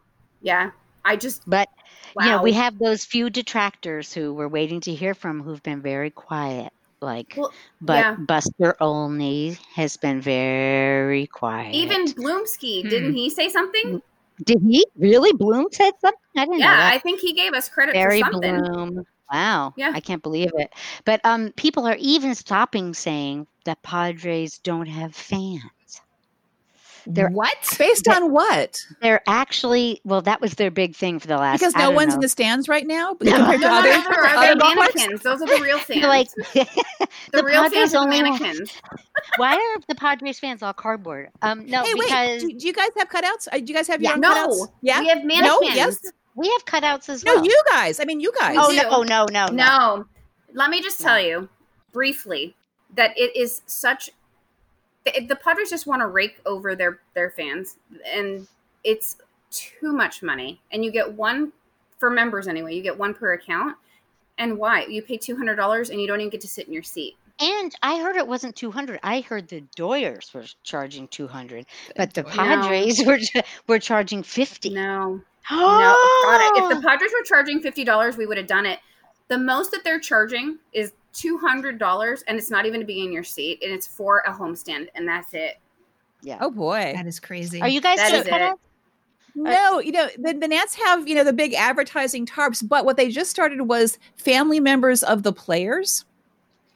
[SPEAKER 2] Yeah. I just,
[SPEAKER 3] But
[SPEAKER 2] wow.
[SPEAKER 3] you know, we have those few detractors who we're waiting to hear from, who've been very quiet. Like,
[SPEAKER 2] Well,
[SPEAKER 3] but
[SPEAKER 2] yeah.
[SPEAKER 3] Buster Olney has been very quiet.
[SPEAKER 2] Even Bloomsky,
[SPEAKER 3] Hmm.
[SPEAKER 2] didn't he say something?
[SPEAKER 3] Did he really? Bloom said something. I didn't know
[SPEAKER 2] Yeah,
[SPEAKER 3] that.
[SPEAKER 2] I think he gave us credit
[SPEAKER 3] Barry
[SPEAKER 2] for something.
[SPEAKER 3] Bloom. Wow.
[SPEAKER 2] Yeah.
[SPEAKER 3] I can't believe it. But um, people are even stopping saying that Padres don't have fans. They're-
[SPEAKER 1] what?
[SPEAKER 4] Based on what?
[SPEAKER 3] They're actually well, that was their big thing for the last.
[SPEAKER 4] Because
[SPEAKER 3] I
[SPEAKER 4] no
[SPEAKER 3] don't
[SPEAKER 4] one's
[SPEAKER 3] know.
[SPEAKER 4] in the stands right now. But
[SPEAKER 3] No.
[SPEAKER 4] compared to
[SPEAKER 2] No, no,
[SPEAKER 4] other,
[SPEAKER 2] no, no, no, they're
[SPEAKER 4] other ballparks.
[SPEAKER 2] mannequins. Those are the real fans.
[SPEAKER 3] They're like
[SPEAKER 2] the,
[SPEAKER 3] the
[SPEAKER 2] real
[SPEAKER 3] Padres
[SPEAKER 2] fans are the
[SPEAKER 3] only have-
[SPEAKER 2] mannequins.
[SPEAKER 3] why are the Padres fans all cardboard? Um, no,
[SPEAKER 4] hey, wait.
[SPEAKER 3] because
[SPEAKER 4] Do, do you guys have cutouts? Uh, Do you guys have your
[SPEAKER 3] Yeah.
[SPEAKER 4] own cutouts?
[SPEAKER 2] No,
[SPEAKER 4] Yeah.
[SPEAKER 2] we have
[SPEAKER 4] No.
[SPEAKER 2] mannequins.
[SPEAKER 4] Yes.
[SPEAKER 3] we have cutouts as
[SPEAKER 4] No,
[SPEAKER 3] well.
[SPEAKER 4] you guys. I mean, you guys.
[SPEAKER 3] oh
[SPEAKER 2] do.
[SPEAKER 3] no, no, no, no.
[SPEAKER 2] No, let me just
[SPEAKER 3] No.
[SPEAKER 2] tell you briefly that it is such. The, the Padres just want to rake over their their fans, and it's too much money. And you get one for members anyway. You get one per account. And why? You pay two hundred dollars and you don't even get to sit in your seat.
[SPEAKER 3] And I heard it wasn't two hundred. I heard the Doyers were charging two hundred, but the
[SPEAKER 1] No.
[SPEAKER 3] Padres were were charging fifty.
[SPEAKER 2] No, no,
[SPEAKER 3] Oh,
[SPEAKER 2] got it. If the Padres were charging fifty dollars, we would have done it. The most that they're charging is two hundred dollars, and it's not even to be in your seat, and it's for a homestand, and that's it.
[SPEAKER 3] yeah.
[SPEAKER 4] Oh boy.
[SPEAKER 1] That is crazy.
[SPEAKER 3] Are you guys
[SPEAKER 2] That
[SPEAKER 3] doing
[SPEAKER 2] is it.
[SPEAKER 3] cutouts?
[SPEAKER 2] Uh,
[SPEAKER 4] No, you know, the, the Nats have, you know, the big advertising tarps, but what they just started was family members of the players,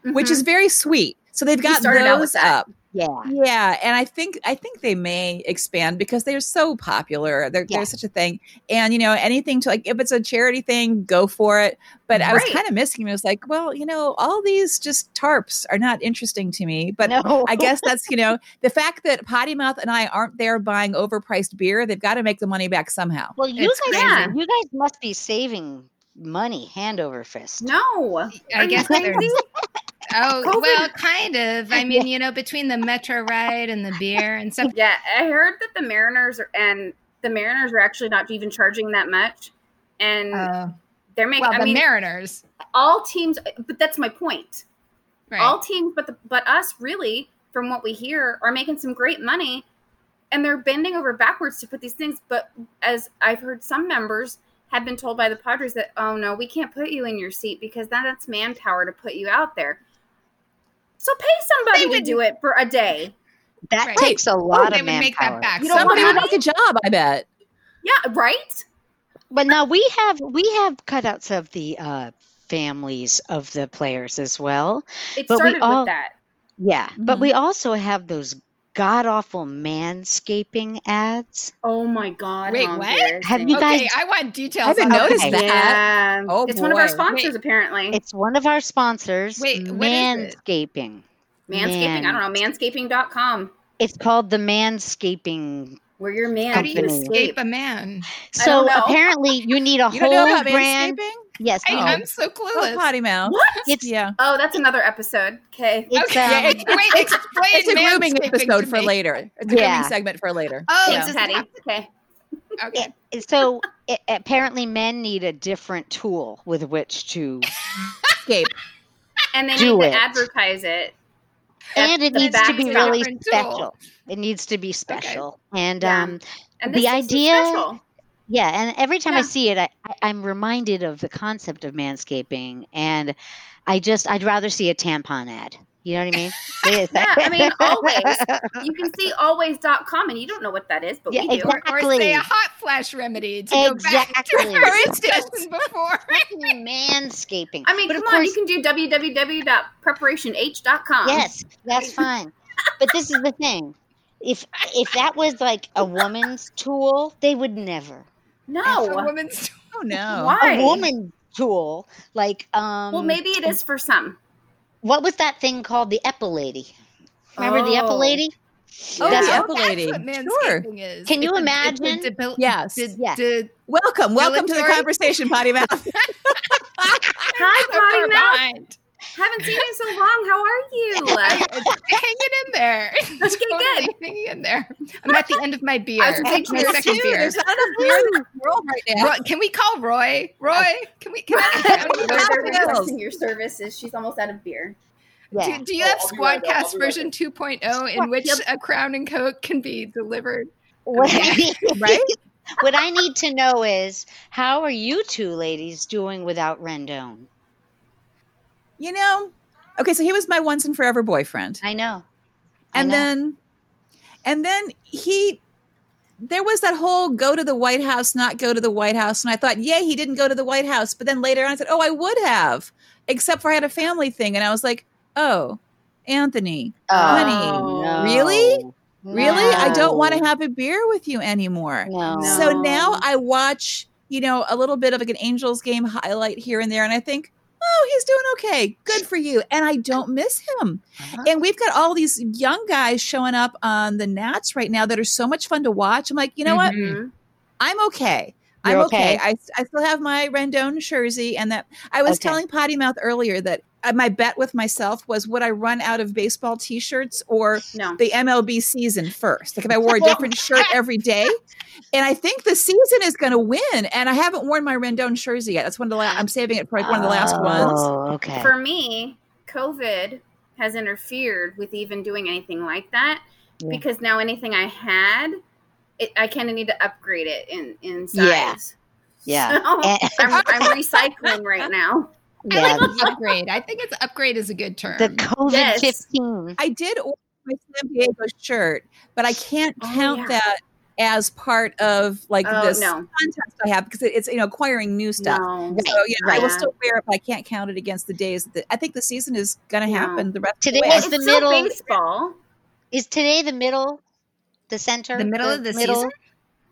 [SPEAKER 4] which
[SPEAKER 1] Mm-hmm.
[SPEAKER 2] Mhm.
[SPEAKER 4] is very sweet. So they've got
[SPEAKER 2] started out with
[SPEAKER 4] those
[SPEAKER 2] that.
[SPEAKER 4] up.
[SPEAKER 3] Yeah.
[SPEAKER 4] Yeah. And I think I think they may expand because they're so popular. They're,
[SPEAKER 3] Yeah.
[SPEAKER 4] There's such a thing. And you know, anything to like if it's a charity thing, go for it. But I was
[SPEAKER 2] Right.
[SPEAKER 4] kind of missing it. It was like, well, you know, all these just tarps are not interesting to me. But
[SPEAKER 3] no.
[SPEAKER 4] I guess that's you know, the fact that Potty Mouth and I aren't there buying overpriced beer, they've got to make the money back somehow.
[SPEAKER 3] Well, you
[SPEAKER 1] It's
[SPEAKER 3] guys,
[SPEAKER 2] crazy.
[SPEAKER 3] you guys must be saving money hand over fist.
[SPEAKER 2] No,
[SPEAKER 1] I guess there's. Oh
[SPEAKER 2] COVID.
[SPEAKER 1] well, kind of. I mean, you know, between the metro ride and the beer and stuff.
[SPEAKER 2] Yeah, I heard that the Mariners are, and the Mariners are actually not even charging that much, and
[SPEAKER 1] Oh,
[SPEAKER 2] They're making.
[SPEAKER 1] well,
[SPEAKER 2] I
[SPEAKER 1] the
[SPEAKER 2] mean,
[SPEAKER 1] Mariners,
[SPEAKER 2] all teams, but that's my point.
[SPEAKER 1] right?
[SPEAKER 2] All teams, but the, but us really, from what we hear, are making some great money, and they're bending over backwards to put these things. But as I've heard, some members have been told by the Padres that, oh no, we can't put you in your seat because that, that's manpower to put you out there. So pay
[SPEAKER 1] They
[SPEAKER 2] somebody to
[SPEAKER 1] wouldn't-
[SPEAKER 2] do it for a day.
[SPEAKER 3] That
[SPEAKER 1] Right.
[SPEAKER 3] takes a
[SPEAKER 1] Oh,
[SPEAKER 3] lot
[SPEAKER 1] they
[SPEAKER 3] of
[SPEAKER 1] would make that
[SPEAKER 3] manpower.
[SPEAKER 1] back.
[SPEAKER 2] You don't
[SPEAKER 4] Somebody would
[SPEAKER 2] want
[SPEAKER 4] like a job, I bet.
[SPEAKER 2] Yeah, right.
[SPEAKER 3] But now we have we have cutouts of the uh, families of the players as well.
[SPEAKER 2] It
[SPEAKER 3] But we
[SPEAKER 2] started
[SPEAKER 3] all-
[SPEAKER 2] with that.
[SPEAKER 3] Yeah, but
[SPEAKER 4] Mhm.
[SPEAKER 3] we also have those god awful manscaping ads.
[SPEAKER 2] Oh my god!
[SPEAKER 1] Wait,
[SPEAKER 2] how
[SPEAKER 1] what?
[SPEAKER 2] embarrassing.
[SPEAKER 3] Have you
[SPEAKER 1] okay,
[SPEAKER 3] guys-
[SPEAKER 1] I want details.
[SPEAKER 4] I haven't
[SPEAKER 1] on that.
[SPEAKER 4] noticed
[SPEAKER 3] Okay.
[SPEAKER 4] that.
[SPEAKER 2] Yeah.
[SPEAKER 4] Oh,
[SPEAKER 2] it's one of our
[SPEAKER 4] boy.
[SPEAKER 2] sponsors,
[SPEAKER 1] Wait.
[SPEAKER 2] apparently.
[SPEAKER 3] It's one of our sponsors,
[SPEAKER 1] Wait, what is it?
[SPEAKER 3] Manscaping.
[SPEAKER 2] manscaping. I don't know. Manscaping.com.
[SPEAKER 3] It's called the Manscaping.
[SPEAKER 2] Where your man
[SPEAKER 1] How do you
[SPEAKER 2] can
[SPEAKER 3] Company.
[SPEAKER 1] escape a man?
[SPEAKER 2] I
[SPEAKER 3] So
[SPEAKER 2] don't know.
[SPEAKER 3] apparently, you need a
[SPEAKER 4] You don't
[SPEAKER 3] whole
[SPEAKER 4] know about
[SPEAKER 3] brand.
[SPEAKER 4] manscaping?
[SPEAKER 3] Yes,
[SPEAKER 1] I,
[SPEAKER 4] Oh.
[SPEAKER 1] I'm so
[SPEAKER 4] Oh,
[SPEAKER 1] clueless.
[SPEAKER 4] potty mouth.
[SPEAKER 2] What?
[SPEAKER 3] it's
[SPEAKER 4] Yeah.
[SPEAKER 2] Oh, that's another episode. Okay.
[SPEAKER 3] it's
[SPEAKER 1] Okay.
[SPEAKER 3] um,
[SPEAKER 1] Wait, explain
[SPEAKER 4] It's a grooming
[SPEAKER 1] manscaping to
[SPEAKER 4] episode for
[SPEAKER 1] me.
[SPEAKER 4] later. It's a grooming
[SPEAKER 3] Yeah.
[SPEAKER 4] segment for later.
[SPEAKER 1] Oh,
[SPEAKER 4] Yeah.
[SPEAKER 1] it's
[SPEAKER 2] Thanks,
[SPEAKER 1] just-
[SPEAKER 2] Patty. Okay.
[SPEAKER 1] Okay.
[SPEAKER 3] so a- apparently men need a different tool with which to
[SPEAKER 4] escape.
[SPEAKER 2] And they
[SPEAKER 3] Do
[SPEAKER 2] need
[SPEAKER 3] it.
[SPEAKER 2] to advertise it. That's
[SPEAKER 3] and it
[SPEAKER 2] the
[SPEAKER 3] needs to
[SPEAKER 2] back
[SPEAKER 3] be
[SPEAKER 2] to
[SPEAKER 3] really
[SPEAKER 1] different tool.
[SPEAKER 3] special it needs to be special and
[SPEAKER 2] Yeah.
[SPEAKER 3] um
[SPEAKER 2] And
[SPEAKER 3] The
[SPEAKER 2] this is
[SPEAKER 3] idea-
[SPEAKER 2] special.
[SPEAKER 3] yeah and every time i
[SPEAKER 2] Yeah.
[SPEAKER 3] see it I, I i'm reminded of the concept of manscaping and i just i'd rather see a tampon ad you know what i mean Yes.
[SPEAKER 2] Yeah, I mean, always. You can see always.com and you don't know what that is, but
[SPEAKER 3] Yeah,
[SPEAKER 2] we do.
[SPEAKER 3] exactly.
[SPEAKER 1] Or say a hot flash remedy to go
[SPEAKER 3] Exactly.
[SPEAKER 1] back to our discussion before.
[SPEAKER 3] manscaping
[SPEAKER 2] I mean,
[SPEAKER 3] But
[SPEAKER 2] come
[SPEAKER 3] of
[SPEAKER 2] on, you
[SPEAKER 3] course-
[SPEAKER 2] can do www.preparationh.com.
[SPEAKER 3] Yes, that's fine. But this is the thing. If if that was like a woman's tool, they would never.
[SPEAKER 1] A
[SPEAKER 2] No.
[SPEAKER 1] woman's
[SPEAKER 4] Oh no.
[SPEAKER 2] Why?
[SPEAKER 3] A woman's tool, like um
[SPEAKER 2] Well, maybe it is for some.
[SPEAKER 3] what was that thing called? The Epa Lady. Remember the Epa
[SPEAKER 2] Oh.
[SPEAKER 3] Lady?
[SPEAKER 4] Oh,
[SPEAKER 3] That's-
[SPEAKER 4] the
[SPEAKER 1] yeah,
[SPEAKER 4] Apple
[SPEAKER 1] that's
[SPEAKER 4] lady.
[SPEAKER 1] what manscaping
[SPEAKER 4] Sure.
[SPEAKER 1] is.
[SPEAKER 3] Can you
[SPEAKER 1] It's a-
[SPEAKER 3] imagine?
[SPEAKER 1] It's a debil-
[SPEAKER 4] Yes.
[SPEAKER 1] de-
[SPEAKER 3] Yeah.
[SPEAKER 1] de-
[SPEAKER 4] Welcome, welcome to the
[SPEAKER 1] Dilatory.
[SPEAKER 4] conversation, potty mouth.
[SPEAKER 2] Hi,
[SPEAKER 1] so far
[SPEAKER 2] Potty Mouth.
[SPEAKER 1] behind.
[SPEAKER 2] Haven't seen you so long. How are you?
[SPEAKER 1] Hanging in there.
[SPEAKER 2] Okay,
[SPEAKER 1] Totally
[SPEAKER 2] good.
[SPEAKER 1] Hanging in there. I'm at the end of my beer.
[SPEAKER 2] I was gonna say,
[SPEAKER 1] my
[SPEAKER 2] cheers,
[SPEAKER 1] second
[SPEAKER 4] Dude,
[SPEAKER 1] beer.
[SPEAKER 4] There's not enough beer in the world right now.
[SPEAKER 1] Roy, can we call Roy? Roy, can we? Can
[SPEAKER 2] I don't know
[SPEAKER 1] we
[SPEAKER 2] where they're
[SPEAKER 4] Nothing else.
[SPEAKER 2] requesting your services. She's almost out of beer.
[SPEAKER 3] Yeah.
[SPEAKER 1] do, do you have
[SPEAKER 2] Oh, I'll be right there, I'll
[SPEAKER 1] Squadcast
[SPEAKER 2] be right
[SPEAKER 1] version 2.0 in which a crown and coke can be delivered?
[SPEAKER 3] What I,
[SPEAKER 4] Right?
[SPEAKER 3] what I need to know is how are you two ladies doing without Rendon?
[SPEAKER 4] You know? Okay, so he was my once and forever boyfriend.
[SPEAKER 3] I know. I
[SPEAKER 4] And
[SPEAKER 3] know.
[SPEAKER 4] then and then he there was that whole go to the White House, not go to the White House. And I thought, yay, he didn't go to the White House. But then later on I said, Oh, I would have, except for I had a family thing. And I was like, Oh, Anthony,
[SPEAKER 2] Oh, Honey,
[SPEAKER 4] really? really? I don't want to
[SPEAKER 3] No.
[SPEAKER 4] have a beer with you anymore.
[SPEAKER 3] No.
[SPEAKER 2] No.
[SPEAKER 4] So now I watch, you know, a little bit of like an Angels game highlight here and there, and I think, oh, he's doing okay. Good for you. And I don't miss him.
[SPEAKER 3] Uh-huh.
[SPEAKER 4] And we've got all these young guys showing up on the Nats right now that are so much fun to watch. I'm like, you know what?
[SPEAKER 1] Mm-hmm.
[SPEAKER 2] Mhm.
[SPEAKER 4] I'm okay. I'm
[SPEAKER 3] Mm-hmm. You're
[SPEAKER 4] okay.
[SPEAKER 3] okay.
[SPEAKER 4] I, I still have my Rendon jersey, and that I was
[SPEAKER 3] Okay.
[SPEAKER 4] telling Potty Mouth earlier that uh, my bet with myself was would I run out of baseball T-shirts or
[SPEAKER 2] No.
[SPEAKER 4] the MLB season first? Like if I wore a different shirt every day, and I think the season is going to win, and I haven't worn my Rendon jersey yet. That's one of the la- I'm saving it for like one of the last ones.
[SPEAKER 3] Oh, okay.
[SPEAKER 2] For me, COVID has interfered with even doing anything like that
[SPEAKER 3] Yeah.
[SPEAKER 2] because now anything I had, it, I kind of need to upgrade it in in
[SPEAKER 3] Yeah.
[SPEAKER 2] size.
[SPEAKER 3] yeah.
[SPEAKER 2] So,
[SPEAKER 3] And-
[SPEAKER 2] I'm, I'm recycling right now.
[SPEAKER 1] I
[SPEAKER 3] yeah.
[SPEAKER 1] like upgrade. I think it's upgrade is a good term.
[SPEAKER 3] The COVID
[SPEAKER 2] Yes.
[SPEAKER 3] 15.
[SPEAKER 4] I did order my San Diego shirt, but I can't
[SPEAKER 2] Oh,
[SPEAKER 4] count
[SPEAKER 2] yeah.
[SPEAKER 4] that as part of like
[SPEAKER 2] Oh
[SPEAKER 4] this
[SPEAKER 2] no,
[SPEAKER 4] contest I have because it, it's you know acquiring new stuff.
[SPEAKER 2] no.
[SPEAKER 3] Right.
[SPEAKER 4] So you know, I will
[SPEAKER 2] Right.
[SPEAKER 4] still wear it, but I can't count it against the days. That I think the season is going to
[SPEAKER 2] No.
[SPEAKER 4] happen. The rest
[SPEAKER 3] Today
[SPEAKER 4] of the
[SPEAKER 2] Well,
[SPEAKER 4] way.
[SPEAKER 3] is
[SPEAKER 2] it's
[SPEAKER 3] the
[SPEAKER 2] still
[SPEAKER 3] middle-
[SPEAKER 2] baseball,
[SPEAKER 3] Is today the middle, the center?
[SPEAKER 1] The middle of the season?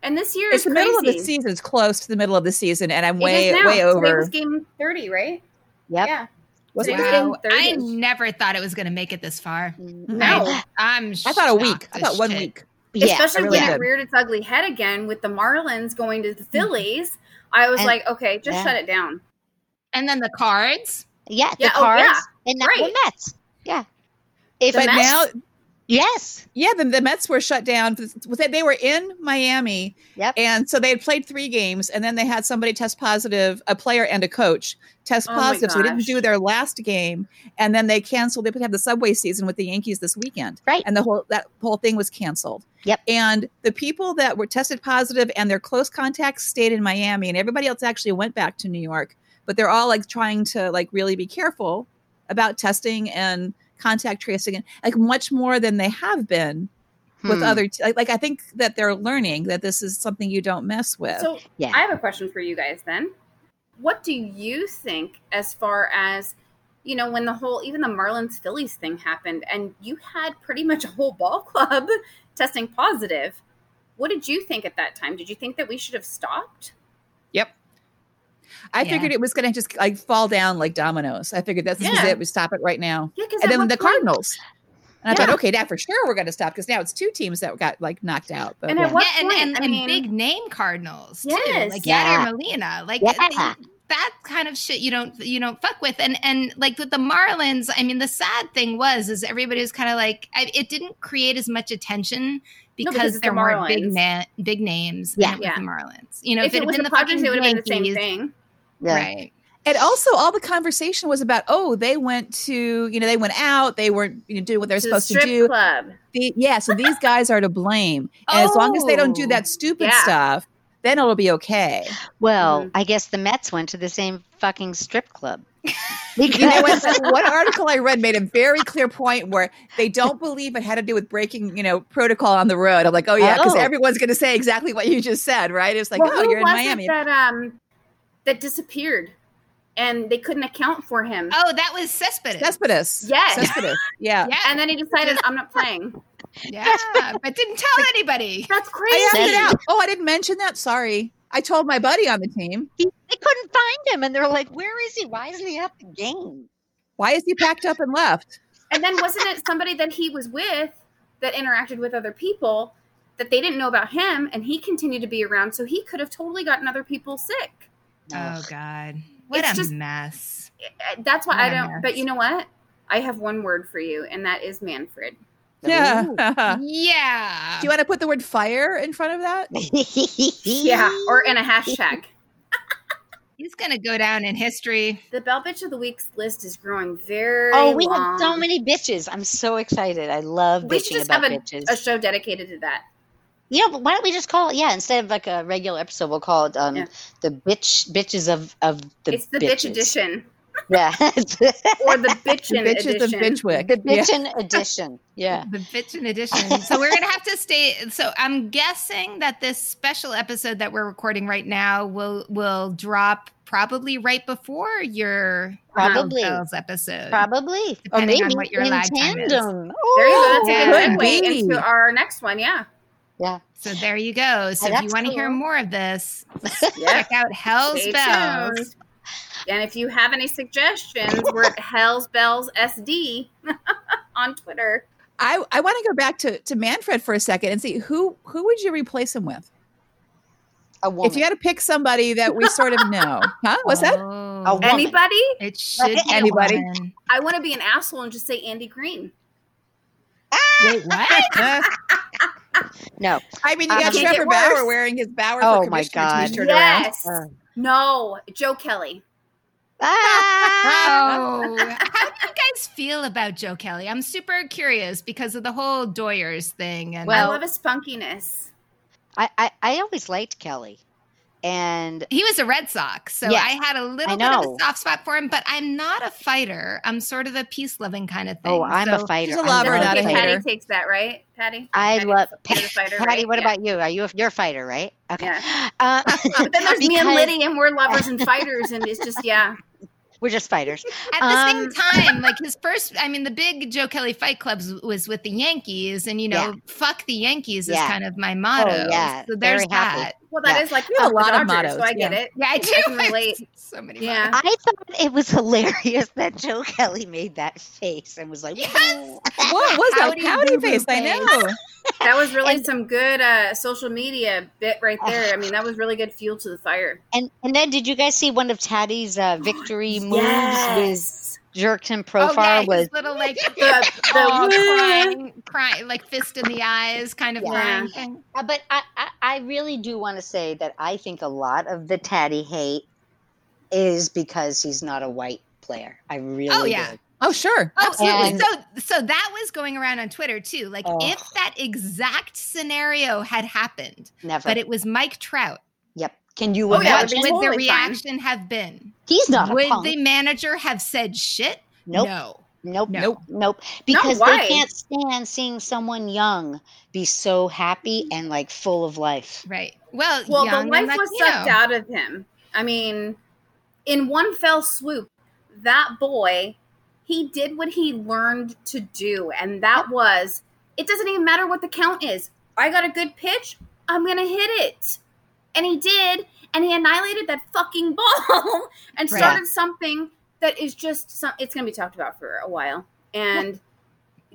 [SPEAKER 2] and this year
[SPEAKER 4] It's
[SPEAKER 2] is
[SPEAKER 4] the
[SPEAKER 2] crazy.
[SPEAKER 4] middle of the season. It's close to the middle of the season, and I'm
[SPEAKER 2] It
[SPEAKER 4] way
[SPEAKER 2] is now.
[SPEAKER 4] way
[SPEAKER 2] Today
[SPEAKER 4] over.
[SPEAKER 2] was game thirty, right?
[SPEAKER 3] Yep.
[SPEAKER 2] Yeah.
[SPEAKER 4] Was it
[SPEAKER 2] Wow.
[SPEAKER 4] thirty?
[SPEAKER 1] wow. oh, I
[SPEAKER 2] 30s.
[SPEAKER 1] never thought it was going to make it this far.
[SPEAKER 3] Mm,
[SPEAKER 2] No.
[SPEAKER 3] I-
[SPEAKER 1] I'm
[SPEAKER 4] I thought a week.
[SPEAKER 1] shocked
[SPEAKER 4] I
[SPEAKER 1] as
[SPEAKER 4] thought one
[SPEAKER 1] shit.
[SPEAKER 4] week.
[SPEAKER 3] Yeah.
[SPEAKER 2] especially
[SPEAKER 4] I really Mm-hmm.
[SPEAKER 2] when
[SPEAKER 4] did.
[SPEAKER 2] it reared its ugly head again with the Marlins going to the Phillies. I was
[SPEAKER 3] And-
[SPEAKER 2] like, okay, just
[SPEAKER 3] yeah.
[SPEAKER 2] shut it down.
[SPEAKER 1] And then the cards.
[SPEAKER 3] Yeah. The
[SPEAKER 2] Yeah, oh,
[SPEAKER 3] cards
[SPEAKER 2] yeah,
[SPEAKER 3] and not the
[SPEAKER 2] right.
[SPEAKER 3] Mets. Yeah. If
[SPEAKER 2] The
[SPEAKER 4] But
[SPEAKER 2] Mets?
[SPEAKER 4] now,
[SPEAKER 3] Yes.
[SPEAKER 4] Yeah, the, the Mets were shut down. With it- They were in Miami,
[SPEAKER 3] Yep.
[SPEAKER 4] and so they had played three games, and then they had somebody test positive, a player and a coach test
[SPEAKER 2] Oh my
[SPEAKER 4] positive, so they didn't
[SPEAKER 2] gosh.
[SPEAKER 4] do their last game, and then they canceled. They would have the Subway season with the Yankees this weekend,
[SPEAKER 3] Right.
[SPEAKER 4] And the whole that whole thing was canceled.
[SPEAKER 3] Yep.
[SPEAKER 4] And the people that were tested positive and their close contacts stayed in Miami, and everybody else actually went back to New York, but they're all like trying to like really be careful about testing and contact tracing and like much more than they have been with
[SPEAKER 3] Hmm.
[SPEAKER 4] other t- like, like I think that they're learning that this is something you don't mess with.
[SPEAKER 2] So
[SPEAKER 3] Yeah.
[SPEAKER 2] I have a question for you guys then. What do you think as far as you know when the whole even the Marlins Phillies thing happened and you had pretty much a whole ball club testing positive? What did you think at that time? Did you think that we should have stopped?
[SPEAKER 4] I
[SPEAKER 1] Yeah.
[SPEAKER 4] figured it was going to just like fall down like dominoes. I figured that's this is
[SPEAKER 2] Yeah.
[SPEAKER 4] it. We stop it right now.
[SPEAKER 2] Yeah, because
[SPEAKER 4] And then the
[SPEAKER 2] Cardinals.
[SPEAKER 4] Cardinals. And I thought, okay, now for sure we're going to stop because now it's two teams that got like knocked out. But
[SPEAKER 2] And
[SPEAKER 4] yeah.
[SPEAKER 2] at what
[SPEAKER 1] yeah, and,
[SPEAKER 2] point?
[SPEAKER 1] and,
[SPEAKER 2] I
[SPEAKER 1] and
[SPEAKER 2] mean-
[SPEAKER 1] big name Cardinals too,
[SPEAKER 2] Yes.
[SPEAKER 1] like
[SPEAKER 3] Yeah.
[SPEAKER 1] Yadier Molina, like
[SPEAKER 3] Yeah.
[SPEAKER 1] th- that kind of shit you don't you don't fuck with. And and like with the Marlins, I mean, the sad thing was is everybody was kind of like I, it didn't create as much attention
[SPEAKER 2] because
[SPEAKER 1] because,
[SPEAKER 2] it's the
[SPEAKER 1] there weren't big
[SPEAKER 2] Marlins.
[SPEAKER 1] na- big names.
[SPEAKER 3] Yeah.
[SPEAKER 1] and it was
[SPEAKER 2] Yeah.
[SPEAKER 1] the Marlins. You know,
[SPEAKER 2] if it
[SPEAKER 1] had
[SPEAKER 2] was
[SPEAKER 1] been
[SPEAKER 2] the
[SPEAKER 1] the
[SPEAKER 2] Padres,
[SPEAKER 1] fucking
[SPEAKER 2] it would have been the same
[SPEAKER 1] Yankees,
[SPEAKER 2] thing.
[SPEAKER 3] Yeah.
[SPEAKER 1] right?
[SPEAKER 4] And also, all the conversation was about, oh, they went to, you know, they went out, they weren't you know, doing what they're
[SPEAKER 2] To the
[SPEAKER 4] supposed to
[SPEAKER 2] strip
[SPEAKER 4] do.
[SPEAKER 2] club.
[SPEAKER 4] The, yeah, so these guys are to blame. And as long as they don't do
[SPEAKER 1] Oh.
[SPEAKER 4] that stupid
[SPEAKER 2] Yeah.
[SPEAKER 4] stuff, then it'll be okay.
[SPEAKER 3] Well,
[SPEAKER 2] Mhm.
[SPEAKER 3] I guess the Mets went to the same fucking strip club.
[SPEAKER 4] You know
[SPEAKER 3] Because
[SPEAKER 4] what? One article I read made a very clear point where they don't believe it had to do with breaking, you know, protocol on the road. I'm like, oh yeah, because
[SPEAKER 3] Oh.
[SPEAKER 4] everyone's going to say exactly what you just said, right? It's like,
[SPEAKER 2] well,
[SPEAKER 4] oh,
[SPEAKER 2] who
[SPEAKER 4] you're in
[SPEAKER 2] was
[SPEAKER 4] Miami.
[SPEAKER 2] it that um that disappeared, and they couldn't account for him.
[SPEAKER 1] Oh, that was Cespedes.
[SPEAKER 4] Cespedes.
[SPEAKER 2] Yes.
[SPEAKER 4] Cespedes. Yeah.
[SPEAKER 1] yeah,
[SPEAKER 2] And then he decided, I'm not playing.
[SPEAKER 1] yeah, but didn't tell anybody.
[SPEAKER 2] That's
[SPEAKER 4] I
[SPEAKER 2] crazy.
[SPEAKER 4] asked it
[SPEAKER 3] Cespedes.
[SPEAKER 4] out. Oh, I didn't mention that. Sorry. I told my buddy on the team.
[SPEAKER 3] he, they couldn't find him, and they're like, "Where is he? Why isn't he at the game?"
[SPEAKER 4] Why is he packed up and left?
[SPEAKER 2] And then wasn't it somebody that he was with that interacted with other people that they didn't know about him and he continued to be around so he could have totally gotten other people sick.
[SPEAKER 1] Oh
[SPEAKER 3] Ugh.
[SPEAKER 1] God, what
[SPEAKER 2] It's
[SPEAKER 1] a
[SPEAKER 2] just-
[SPEAKER 1] mess.
[SPEAKER 2] Uh, That's why
[SPEAKER 1] What
[SPEAKER 2] I
[SPEAKER 1] a
[SPEAKER 2] don't
[SPEAKER 1] mess.
[SPEAKER 2] but you know what? I have one word for you and that is Manfred.
[SPEAKER 4] Yeah.
[SPEAKER 3] Ooh.
[SPEAKER 4] Uh. do
[SPEAKER 1] Yeah,
[SPEAKER 4] you want to put the word fire in front of that?
[SPEAKER 2] Yeah, or in a hashtag.
[SPEAKER 1] he's gonna go down in history.
[SPEAKER 2] The Bell Bitch of the Week's list is growing very
[SPEAKER 3] oh, we
[SPEAKER 2] long.
[SPEAKER 3] have so many bitches. I'm so excited. I love
[SPEAKER 2] We
[SPEAKER 3] bitching
[SPEAKER 2] should just
[SPEAKER 3] about
[SPEAKER 2] have a,
[SPEAKER 3] bitches.
[SPEAKER 2] a show dedicated to that.
[SPEAKER 3] You know, but why don't we just call it? Yeah, instead of like a regular episode, we'll call it um
[SPEAKER 2] Yeah.
[SPEAKER 3] the bitch bitches of of the
[SPEAKER 2] it's the
[SPEAKER 3] bitches.
[SPEAKER 2] bitch edition
[SPEAKER 3] Yeah, the
[SPEAKER 2] or the bitchin
[SPEAKER 4] Bitch is the
[SPEAKER 2] edition.
[SPEAKER 4] bitchwick. Yeah.
[SPEAKER 3] bitchin edition. Yeah,
[SPEAKER 1] The bitch in addition. So we're gonna have to stay. So I'm guessing that this special episode that we're recording right now will will drop probably right before your
[SPEAKER 3] Probably.
[SPEAKER 1] Girls episode.
[SPEAKER 3] probably.
[SPEAKER 1] Depending
[SPEAKER 3] or
[SPEAKER 1] on
[SPEAKER 3] maybe
[SPEAKER 1] what your
[SPEAKER 3] in
[SPEAKER 1] lag time is.
[SPEAKER 3] tandem.
[SPEAKER 2] There you go. That's
[SPEAKER 1] Yeah.
[SPEAKER 2] a good segue
[SPEAKER 4] Could be.
[SPEAKER 2] into our next one. Yeah.
[SPEAKER 1] So there you go. So
[SPEAKER 3] Oh,
[SPEAKER 1] if you
[SPEAKER 3] that's
[SPEAKER 1] want to hear
[SPEAKER 3] cool.
[SPEAKER 1] more of this,
[SPEAKER 2] Yeah.
[SPEAKER 1] check out Hell's
[SPEAKER 2] Stay
[SPEAKER 1] Bells.
[SPEAKER 2] tuned. And if you have any suggestions, we're at Hell's Bells SD on Twitter.
[SPEAKER 4] I, I want to go back to, to Manfred for a second and see who who would you replace him with?
[SPEAKER 3] a woman.
[SPEAKER 4] If you got to pick somebody that we sort of know, huh? What's that?
[SPEAKER 3] A
[SPEAKER 1] Oh,
[SPEAKER 3] woman.
[SPEAKER 2] Anybody?
[SPEAKER 1] it should be anybody.
[SPEAKER 4] Anybody?
[SPEAKER 1] Woman.
[SPEAKER 2] I want to be an asshole and just say Andy Green.
[SPEAKER 1] Wait, what?
[SPEAKER 4] Uh,
[SPEAKER 3] no,
[SPEAKER 4] I mean, you
[SPEAKER 3] Um, Can't
[SPEAKER 4] got
[SPEAKER 2] get
[SPEAKER 4] Trevor
[SPEAKER 2] worse.
[SPEAKER 4] Bauer wearing his Bauer
[SPEAKER 3] Oh,
[SPEAKER 4] for
[SPEAKER 3] my
[SPEAKER 4] commissioner
[SPEAKER 3] God.
[SPEAKER 4] T-shirt around.
[SPEAKER 2] Yes.
[SPEAKER 3] Uh,
[SPEAKER 2] No, Joe Kelly.
[SPEAKER 3] ah,
[SPEAKER 1] Oh, how do you guys feel about Joe Kelly? I'm super curious because of the whole Doyers thing. And
[SPEAKER 2] I
[SPEAKER 3] Well-
[SPEAKER 2] love his funkiness.
[SPEAKER 3] I, I I always liked Kelly, and
[SPEAKER 1] he was a Red Sox, so
[SPEAKER 3] Yeah,
[SPEAKER 1] I had a
[SPEAKER 3] I
[SPEAKER 1] little bit of a
[SPEAKER 3] know.
[SPEAKER 1] soft spot for him. But I'm not a fighter. I'm sort of a peace loving kind of thing.
[SPEAKER 3] oh, I'm
[SPEAKER 1] so-
[SPEAKER 3] a fighter.
[SPEAKER 4] She's a
[SPEAKER 3] I'm
[SPEAKER 4] lover,
[SPEAKER 3] definitely
[SPEAKER 4] not a
[SPEAKER 2] Okay,
[SPEAKER 3] fighter.
[SPEAKER 2] Patty
[SPEAKER 4] hater.
[SPEAKER 2] takes that, right? Patty?
[SPEAKER 3] I
[SPEAKER 2] Patty
[SPEAKER 3] love
[SPEAKER 2] the- the fighter,
[SPEAKER 3] Patty.
[SPEAKER 2] right?
[SPEAKER 3] What
[SPEAKER 2] Yeah.
[SPEAKER 3] about you? Are you a, you're a fighter, right? Okay.
[SPEAKER 2] Yeah.
[SPEAKER 3] Uh,
[SPEAKER 2] But then there's me and
[SPEAKER 3] because
[SPEAKER 2] Liddy, and we're lovers and fighters, and it's just, yeah.
[SPEAKER 3] We're just fighters.
[SPEAKER 1] At the same
[SPEAKER 3] Um,
[SPEAKER 1] time, like his first, I mean, the big Joe Kelly fight clubs was with the Yankees, and you know,
[SPEAKER 3] Yeah.
[SPEAKER 1] fuck the Yankees
[SPEAKER 3] Yeah. Oh,
[SPEAKER 1] is kind of my motto.
[SPEAKER 3] yeah,
[SPEAKER 1] So there's
[SPEAKER 3] very happy.
[SPEAKER 1] that.
[SPEAKER 2] Well, that
[SPEAKER 3] Yeah.
[SPEAKER 2] is like you
[SPEAKER 4] A
[SPEAKER 2] have a
[SPEAKER 4] lot
[SPEAKER 2] lot
[SPEAKER 4] of
[SPEAKER 2] of Dodgers, so
[SPEAKER 4] mottos,
[SPEAKER 2] I get
[SPEAKER 4] yeah.
[SPEAKER 2] it.
[SPEAKER 1] Yeah, I do.
[SPEAKER 2] can relate.
[SPEAKER 1] So many.
[SPEAKER 2] Yeah.
[SPEAKER 1] mottos.
[SPEAKER 3] I thought it was hilarious that Joe Kelly made that face and was like,
[SPEAKER 1] Yes.
[SPEAKER 4] What was that?
[SPEAKER 1] Howdy
[SPEAKER 4] Howdy
[SPEAKER 1] doodoo
[SPEAKER 4] face. I
[SPEAKER 1] face.
[SPEAKER 4] know.
[SPEAKER 2] That was really
[SPEAKER 3] And-
[SPEAKER 2] some good uh, social media bit right there. I mean, that was really good fuel to the fire.
[SPEAKER 3] And and then did you guys see one of Taddy's uh, victory moves with Jerkton profile
[SPEAKER 1] oh, yeah,
[SPEAKER 3] was
[SPEAKER 1] his little like
[SPEAKER 2] The,
[SPEAKER 1] oh,
[SPEAKER 2] the
[SPEAKER 1] crying, crying, like fist in the eyes, kind of
[SPEAKER 3] Yeah.
[SPEAKER 1] crying thing.
[SPEAKER 3] Uh, but I, I, I really do want to say that I think a lot of the Taddy hate is because he's not a white player. I really
[SPEAKER 1] yeah.
[SPEAKER 3] do.
[SPEAKER 4] Oh, sure.
[SPEAKER 1] Oh,
[SPEAKER 4] Absolutely.
[SPEAKER 3] and-
[SPEAKER 1] so so that was going around on Twitter too. Like
[SPEAKER 3] Oh.
[SPEAKER 1] if that exact scenario had happened,
[SPEAKER 3] Never.
[SPEAKER 1] but it was Mike Trout,
[SPEAKER 3] yep. Can you
[SPEAKER 2] Oh, yeah,
[SPEAKER 1] what
[SPEAKER 2] that'd
[SPEAKER 3] imagine?
[SPEAKER 2] be
[SPEAKER 1] would
[SPEAKER 2] totally
[SPEAKER 1] the
[SPEAKER 2] fine.
[SPEAKER 1] reaction have been?
[SPEAKER 3] He's not
[SPEAKER 1] would
[SPEAKER 3] a punk.
[SPEAKER 1] the manager have said shit?
[SPEAKER 3] nope,
[SPEAKER 1] No.
[SPEAKER 3] nope.
[SPEAKER 1] No.
[SPEAKER 3] Nope. Nope. Because
[SPEAKER 2] why?
[SPEAKER 3] they can't stand seeing someone young be so happy and like full of life.
[SPEAKER 1] Right. Well,
[SPEAKER 2] well,
[SPEAKER 1] young
[SPEAKER 2] the
[SPEAKER 1] and
[SPEAKER 2] life was
[SPEAKER 1] Latino.
[SPEAKER 2] sucked out of him. I mean, in one fell swoop, that boy, he did what he learned to do, and that was it doesn't even matter what the count is. I got a good pitch, I'm gonna hit it. And he did, and he annihilated that fucking ball and
[SPEAKER 1] Right.
[SPEAKER 2] started something that is just some it's gonna be talked about for a while. And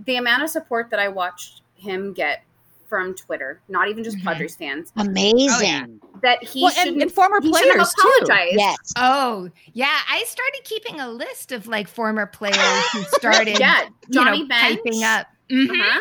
[SPEAKER 2] the amount of support that I watched him get from Twitter, not even just
[SPEAKER 1] Mhm.
[SPEAKER 2] Padres fans,
[SPEAKER 3] Amazing.
[SPEAKER 2] that he
[SPEAKER 4] well,
[SPEAKER 2] shouldn't
[SPEAKER 4] and, and former
[SPEAKER 2] he should have
[SPEAKER 4] players too.
[SPEAKER 2] apologized.
[SPEAKER 3] Yes.
[SPEAKER 1] Oh, yeah. I started keeping a list of like former players who started
[SPEAKER 2] Yeah,
[SPEAKER 1] you know,
[SPEAKER 2] Johnny Bench.
[SPEAKER 1] piping up. Mhm.
[SPEAKER 4] Mm-hmm.
[SPEAKER 2] Uh-huh.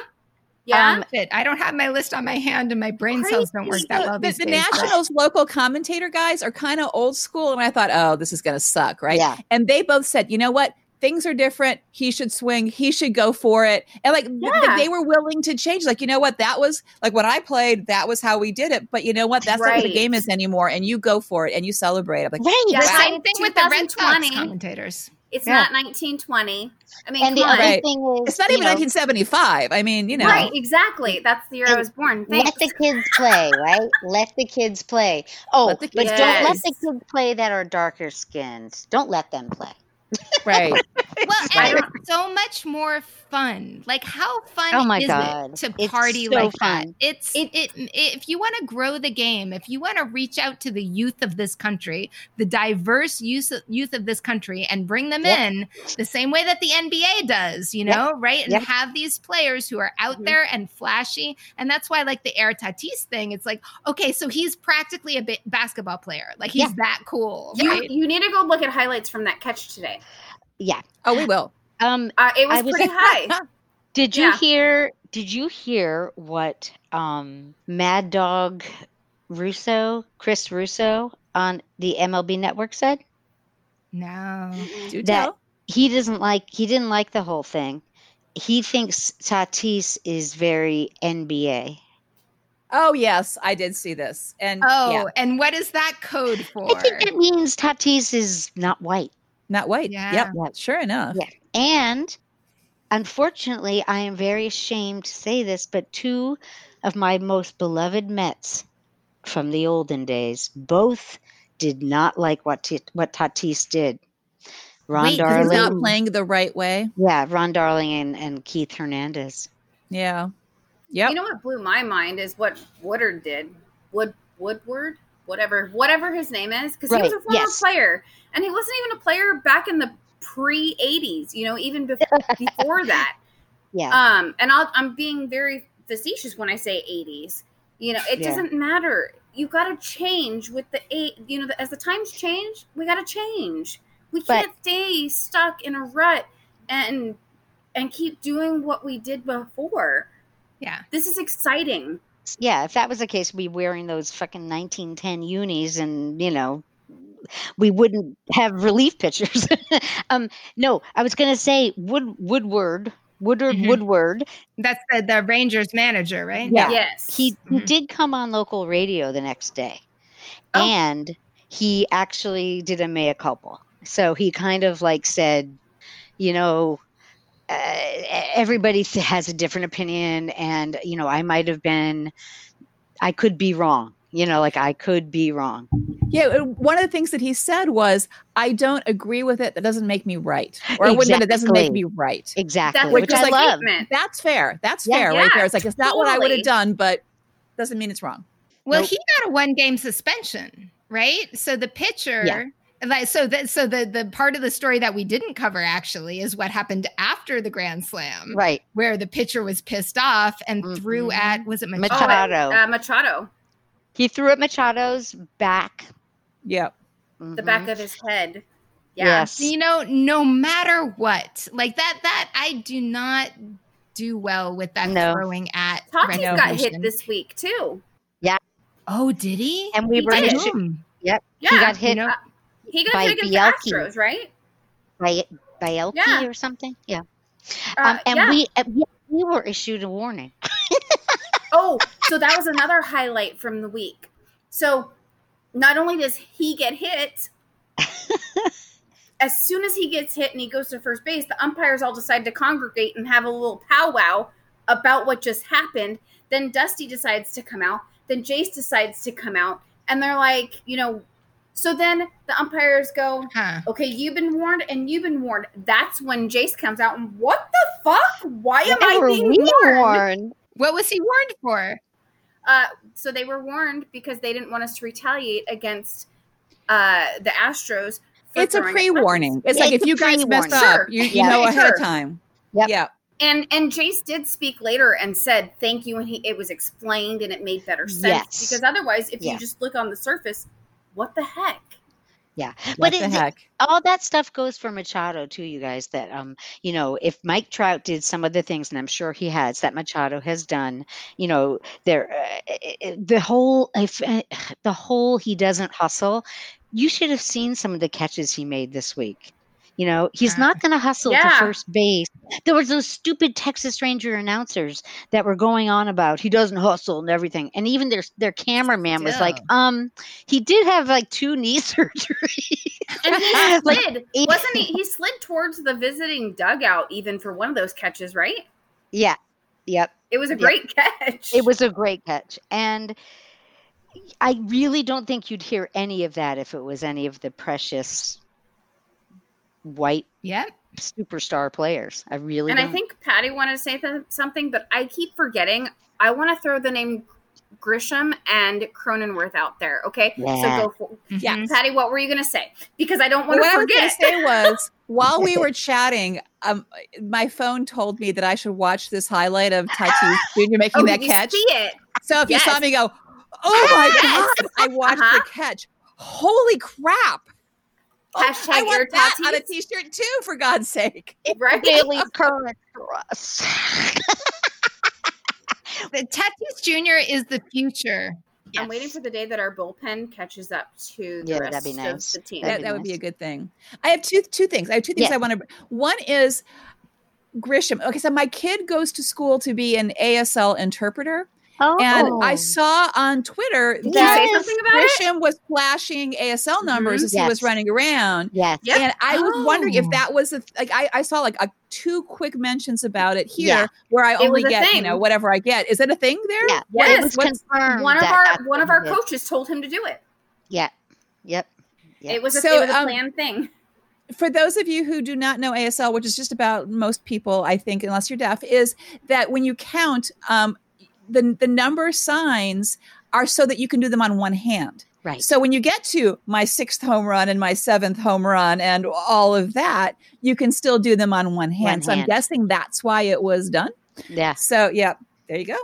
[SPEAKER 2] Yeah.
[SPEAKER 3] Um,
[SPEAKER 1] Shit, I don't have my list on my hand, and my brain cells don't work
[SPEAKER 4] So
[SPEAKER 1] that well.
[SPEAKER 4] the,
[SPEAKER 1] These
[SPEAKER 4] the
[SPEAKER 1] days, but-
[SPEAKER 4] Nationals local commentator guys are kind of old school, and I thought, oh, this is going to suck, right?
[SPEAKER 3] Yeah.
[SPEAKER 4] And they both said, you know what? Things are different. He should swing. He should go for it. And like th- th-
[SPEAKER 2] Yeah.
[SPEAKER 4] they were willing to change. Like you know what? That was like when I played. That was how we did it. But you know what? That's not what the
[SPEAKER 2] Right.
[SPEAKER 4] game is anymore. And you go for it and you celebrate. I'm like,
[SPEAKER 3] Right.
[SPEAKER 2] Yeah,
[SPEAKER 1] The
[SPEAKER 2] Wow.
[SPEAKER 1] same thing with the Red Sox
[SPEAKER 2] 2020.
[SPEAKER 1] commentators.
[SPEAKER 2] it's
[SPEAKER 1] yeah.
[SPEAKER 2] not 1920. I mean,
[SPEAKER 3] And the
[SPEAKER 2] come on.
[SPEAKER 3] other
[SPEAKER 4] Right.
[SPEAKER 3] thing is,
[SPEAKER 4] it's not
[SPEAKER 3] you
[SPEAKER 4] even
[SPEAKER 3] know,
[SPEAKER 4] 1975. I mean, you know,
[SPEAKER 2] Right, exactly. That's the year I
[SPEAKER 3] And
[SPEAKER 2] was born. Thanks.
[SPEAKER 3] Let the kids play, right? Let the kids play. Oh,
[SPEAKER 4] Let the
[SPEAKER 3] but
[SPEAKER 2] kids
[SPEAKER 3] don't let
[SPEAKER 2] play.
[SPEAKER 3] the kids play that are darker skinned. Don't let them play.
[SPEAKER 4] right?
[SPEAKER 1] Well,
[SPEAKER 2] Right.
[SPEAKER 1] and it's so much more fun. Like, how fun
[SPEAKER 3] Oh my
[SPEAKER 1] is
[SPEAKER 3] God.
[SPEAKER 1] it to
[SPEAKER 3] It's
[SPEAKER 1] party
[SPEAKER 3] so
[SPEAKER 1] like that?
[SPEAKER 3] fun.
[SPEAKER 1] It's it,
[SPEAKER 2] It-
[SPEAKER 1] it, If you want to grow the game, if you want to reach out to the youth of this country, the diverse youth youth of this country, and bring them
[SPEAKER 3] Yep.
[SPEAKER 1] in the same way that the NBA does, you
[SPEAKER 3] Yep.
[SPEAKER 1] know, right? And
[SPEAKER 3] Yep. Mm-hmm.
[SPEAKER 1] have these players who are out
[SPEAKER 2] Mhm.
[SPEAKER 1] there and flashy, and that's why, like the Air Tatis thing, it's like, okay, so he's practically a ba- basketball player. Like he's
[SPEAKER 3] Yeah.
[SPEAKER 1] that cool.
[SPEAKER 2] you,
[SPEAKER 1] right?
[SPEAKER 2] you need to go look at highlights from that catch today.
[SPEAKER 3] Yeah.
[SPEAKER 4] Oh, we will.
[SPEAKER 3] Um.
[SPEAKER 2] Uh, it was,
[SPEAKER 3] I was-
[SPEAKER 2] pretty high.
[SPEAKER 4] Mm-hmm.
[SPEAKER 3] Did you
[SPEAKER 2] Yeah.
[SPEAKER 3] hear? Did you hear what um Mad Dog Russo, Chris Russo on the MLB Network said?
[SPEAKER 1] No.
[SPEAKER 4] Do
[SPEAKER 3] That-
[SPEAKER 4] tell.
[SPEAKER 3] He doesn't like. He didn't like the whole thing. He thinks Tatis is very NBA.
[SPEAKER 4] Oh yes, I did see this. And
[SPEAKER 1] Oh,
[SPEAKER 4] yeah,
[SPEAKER 1] and what is that code for?
[SPEAKER 3] I think that means Tatis is not white.
[SPEAKER 4] not white.
[SPEAKER 1] Yeah.
[SPEAKER 4] Yep. Sure enough.
[SPEAKER 3] Yeah. And unfortunately, I am very ashamed to say this, but two of my most beloved Mets from the olden days both did not like what Ti- what Tatis did. Ron
[SPEAKER 1] Wait, 'cause
[SPEAKER 4] He's
[SPEAKER 3] Darling,
[SPEAKER 4] not playing the right way.
[SPEAKER 3] yeah, Ron Darling and, and Keith Hernandez.
[SPEAKER 4] Yeah. Yep.
[SPEAKER 2] You know what blew my mind is what Woodard did. Wood Woodward, whatever, whatever his name is, because he was
[SPEAKER 3] Right,
[SPEAKER 2] a former
[SPEAKER 3] yes.
[SPEAKER 2] player, and he wasn't even a player back in the pre '80s. You know, even before, before that.
[SPEAKER 3] Yeah.
[SPEAKER 2] um and I'll, i'm being very facetious when i say 80s you know it
[SPEAKER 3] Yeah.
[SPEAKER 2] doesn't matter you got to change with the eight you know the, as the times change we got to change we
[SPEAKER 3] But-
[SPEAKER 2] can't stay stuck in a rut and and keep doing what we did before
[SPEAKER 1] yeah.
[SPEAKER 2] this is exciting
[SPEAKER 3] yeah, if that was the case, we'd be wearing those fucking 1910 unis and, you know, we wouldn't have relief pitchers. um, no, I was going to say Wood Woodward, Woodward,
[SPEAKER 4] Mm-hmm.
[SPEAKER 1] Mhm.
[SPEAKER 3] Woodward.
[SPEAKER 1] That's the, the Rangers manager, right?
[SPEAKER 3] Yeah.
[SPEAKER 2] yes
[SPEAKER 3] He, he
[SPEAKER 1] Mhm.
[SPEAKER 3] did come on local radio the next day,
[SPEAKER 2] Oh.
[SPEAKER 3] and he actually did a mea culpa. So he kind of like said, you know, uh, e- everybody th- has a different opinion, and you know, I might have been, I could be wrong. You know, like I could be wrong.
[SPEAKER 4] Yeah, uh, one of the things that he said was, "I don't agree with it. That doesn't make me right, or I wouldn't. That doesn't make
[SPEAKER 3] Exactly.
[SPEAKER 4] me right."
[SPEAKER 3] Exactly,
[SPEAKER 4] Which
[SPEAKER 3] which
[SPEAKER 4] is
[SPEAKER 3] I
[SPEAKER 4] like-
[SPEAKER 3] love.
[SPEAKER 2] statement.
[SPEAKER 4] That's fair. That's
[SPEAKER 3] Yeah.
[SPEAKER 4] fair, right
[SPEAKER 2] Yeah,
[SPEAKER 4] there. It's like it's not what I would
[SPEAKER 2] totally.
[SPEAKER 4] have done, but doesn't mean it's wrong.
[SPEAKER 1] Well,
[SPEAKER 3] Nope.
[SPEAKER 1] he got a one game suspension, right? So the pitcher.
[SPEAKER 3] Yeah.
[SPEAKER 1] Like, so that so the the part of the story that we didn't cover actually is what happened after the Grand Slam,
[SPEAKER 3] Right,
[SPEAKER 1] where the pitcher was pissed off and threw
[SPEAKER 3] Mhm.
[SPEAKER 1] at was it
[SPEAKER 2] Oh,
[SPEAKER 1] Machado?
[SPEAKER 3] Machado.
[SPEAKER 2] and, uh, machado
[SPEAKER 3] he threw at Machado's back. Mm-hmm.
[SPEAKER 4] Yeah.
[SPEAKER 2] the back of his head Yeah.
[SPEAKER 3] Yes.
[SPEAKER 1] You know, no matter what, like that, that I do not do well with that
[SPEAKER 3] No.
[SPEAKER 1] throwing at.
[SPEAKER 2] Tati's got hit
[SPEAKER 1] recognition.
[SPEAKER 2] this week too.
[SPEAKER 1] Oh, did he?
[SPEAKER 3] And we
[SPEAKER 1] He
[SPEAKER 3] were
[SPEAKER 1] did.
[SPEAKER 3] mentioning-
[SPEAKER 2] Yeah,
[SPEAKER 3] He got hit
[SPEAKER 1] You know,
[SPEAKER 2] he got
[SPEAKER 3] by
[SPEAKER 2] hit against
[SPEAKER 3] Bielke.
[SPEAKER 2] the Astros, right?
[SPEAKER 3] by by Elke
[SPEAKER 2] Yeah.
[SPEAKER 3] or something. Yeah.
[SPEAKER 2] Uh,
[SPEAKER 3] um, and
[SPEAKER 2] yeah.
[SPEAKER 3] we uh, we- we were issued a warning.
[SPEAKER 2] oh, so that was another highlight from the week. So not only does he get hit, as soon as he gets hit and he goes to first base, the umpires all decide to congregate and have a little powwow about what just happened. Then Dusty decides to come out. Then Jace decides to come out. And they're like, you know, so then the umpires go,
[SPEAKER 1] Huh.
[SPEAKER 2] okay, you've been warned and you've been warned. That's when Jace comes out and what the fuck? Why
[SPEAKER 5] Why
[SPEAKER 2] am I
[SPEAKER 5] were
[SPEAKER 2] being
[SPEAKER 5] we
[SPEAKER 2] warned?
[SPEAKER 5] warned?
[SPEAKER 1] What was he warned for?
[SPEAKER 2] Uh, so they were warned because they didn't want us to retaliate against uh, the Astros. for
[SPEAKER 4] It's a
[SPEAKER 2] throwing
[SPEAKER 4] pre-warning.
[SPEAKER 2] punches.
[SPEAKER 4] It's
[SPEAKER 3] Yeah,
[SPEAKER 4] like
[SPEAKER 3] it's
[SPEAKER 4] if
[SPEAKER 3] a
[SPEAKER 4] you guys messed
[SPEAKER 3] pre-warning.
[SPEAKER 4] up,
[SPEAKER 2] Sure.
[SPEAKER 4] you, you
[SPEAKER 2] Yeah.
[SPEAKER 4] know ahead
[SPEAKER 2] Sure.
[SPEAKER 4] of time.
[SPEAKER 3] Yep.
[SPEAKER 4] Yeah.
[SPEAKER 2] And and Jace did speak later and said thank you, and he it was explained and it made better sense
[SPEAKER 3] Yes.
[SPEAKER 2] because otherwise, if
[SPEAKER 3] Yeah.
[SPEAKER 2] you just look on the surface, what the heck?
[SPEAKER 3] Yeah.
[SPEAKER 4] What
[SPEAKER 3] But
[SPEAKER 4] the
[SPEAKER 3] it,
[SPEAKER 4] heck?
[SPEAKER 3] all that stuff goes for Machado too, you guys. That um, you know, if Mike Trout did some of the things, and I'm sure he has, that Machado has done. You know, there, uh, i- i- the whole, if uh, the whole, he doesn't hustle. You should have seen some of the catches he made this week. You know, he's
[SPEAKER 1] Yeah.
[SPEAKER 3] not going to hustle to
[SPEAKER 2] Yeah.
[SPEAKER 3] first base. There was those stupid Texas Ranger announcers that were going on about he doesn't hustle and everything. And even their their cameraman was like,
[SPEAKER 1] Still.
[SPEAKER 3] um, he did have like two knee surgeries.
[SPEAKER 2] And he
[SPEAKER 3] Like, e-
[SPEAKER 2] slid,
[SPEAKER 3] it-
[SPEAKER 2] wasn't he? He slid towards the visiting dugout even for one of those catches, right?
[SPEAKER 3] Yeah. Yep.
[SPEAKER 2] It was a
[SPEAKER 3] Yeah.
[SPEAKER 2] great catch.
[SPEAKER 3] It was a great catch. And I really don't think you'd hear any of that if it was any of the precious white
[SPEAKER 1] Yep.
[SPEAKER 3] superstar players. I really
[SPEAKER 2] And I
[SPEAKER 3] don't.
[SPEAKER 2] think Patty wanted to say th- something, but I keep forgetting. I want to throw the name Grisham and Cronenworth out there. Okay,
[SPEAKER 3] Yeah.
[SPEAKER 2] so go for
[SPEAKER 4] Yeah.
[SPEAKER 1] Mhm.
[SPEAKER 2] Patty. What were you going to say? Because I don't
[SPEAKER 4] Well,
[SPEAKER 2] want
[SPEAKER 4] what
[SPEAKER 2] to
[SPEAKER 4] I was going
[SPEAKER 2] forget.
[SPEAKER 4] to say was while we were chatting, um, my phone told me that I should watch this highlight of Tatis Jr. making
[SPEAKER 2] oh,
[SPEAKER 4] that
[SPEAKER 2] you
[SPEAKER 4] catch.
[SPEAKER 2] see it?
[SPEAKER 4] So if
[SPEAKER 2] Yes.
[SPEAKER 4] you saw me go, oh
[SPEAKER 2] Yes.
[SPEAKER 4] my god, I watched
[SPEAKER 2] Uh-huh.
[SPEAKER 4] the catch. Holy crap! Oh, I
[SPEAKER 2] Hashtag
[SPEAKER 4] want
[SPEAKER 2] your
[SPEAKER 4] that on a
[SPEAKER 2] Tatis.
[SPEAKER 4] t-shirt too, for God's sake.
[SPEAKER 2] Right?
[SPEAKER 3] Daily current for us.
[SPEAKER 1] The Tatis Jr. is the future.
[SPEAKER 2] I'm waiting for the day that our bullpen catches up to the
[SPEAKER 3] Yeah,
[SPEAKER 2] rest
[SPEAKER 3] that'd be nice.
[SPEAKER 2] of the team.
[SPEAKER 3] That'd
[SPEAKER 4] That,
[SPEAKER 3] be
[SPEAKER 4] that would be
[SPEAKER 3] nice.
[SPEAKER 4] a good thing. I have two two things. I have two things
[SPEAKER 3] Yeah.
[SPEAKER 4] I want to. One is Grisham. Okay, so my kid goes to school to be an ASL interpreter,
[SPEAKER 3] Oh,
[SPEAKER 4] and I saw on Twitter
[SPEAKER 2] Did
[SPEAKER 4] that
[SPEAKER 2] you say
[SPEAKER 3] Yes.
[SPEAKER 2] something about it?
[SPEAKER 4] Grisham was flashing ASL numbers
[SPEAKER 2] Mhm.
[SPEAKER 4] as he was
[SPEAKER 3] Yes.
[SPEAKER 4] running around.
[SPEAKER 3] yes.
[SPEAKER 2] Yep.
[SPEAKER 4] And I was wondering if
[SPEAKER 1] Oh.
[SPEAKER 4] that was a th- like I, I saw like a two quick mentions about it here
[SPEAKER 3] Yeah.
[SPEAKER 4] where I
[SPEAKER 2] was
[SPEAKER 4] only
[SPEAKER 2] a
[SPEAKER 4] get you
[SPEAKER 2] thing.
[SPEAKER 4] know whatever I get. Is it a thing there?
[SPEAKER 3] Yeah.
[SPEAKER 2] Yes.
[SPEAKER 3] It was
[SPEAKER 4] What's-
[SPEAKER 3] confirmed.
[SPEAKER 2] One of
[SPEAKER 3] that
[SPEAKER 2] our
[SPEAKER 3] that's
[SPEAKER 2] one of
[SPEAKER 3] what
[SPEAKER 2] our
[SPEAKER 3] he did.
[SPEAKER 2] coaches told him to do it.
[SPEAKER 3] Yeah. Yep. Yeah.
[SPEAKER 2] It was a,
[SPEAKER 4] So,
[SPEAKER 2] it was a
[SPEAKER 4] um,
[SPEAKER 2] planned thing.
[SPEAKER 4] For those of you who do not know ASL, which is just about most people, I think, unless you're deaf, is that when you count, um, the the number signs are so that you can do them on one hand.
[SPEAKER 3] Right.
[SPEAKER 4] So when you get to my sixth home run and my seventh home run and all of that, you can still do them on one
[SPEAKER 3] One
[SPEAKER 4] hand. so I'm
[SPEAKER 3] hand.
[SPEAKER 4] guessing that's why it was done.
[SPEAKER 3] Yeah.
[SPEAKER 4] So yeah, there you go.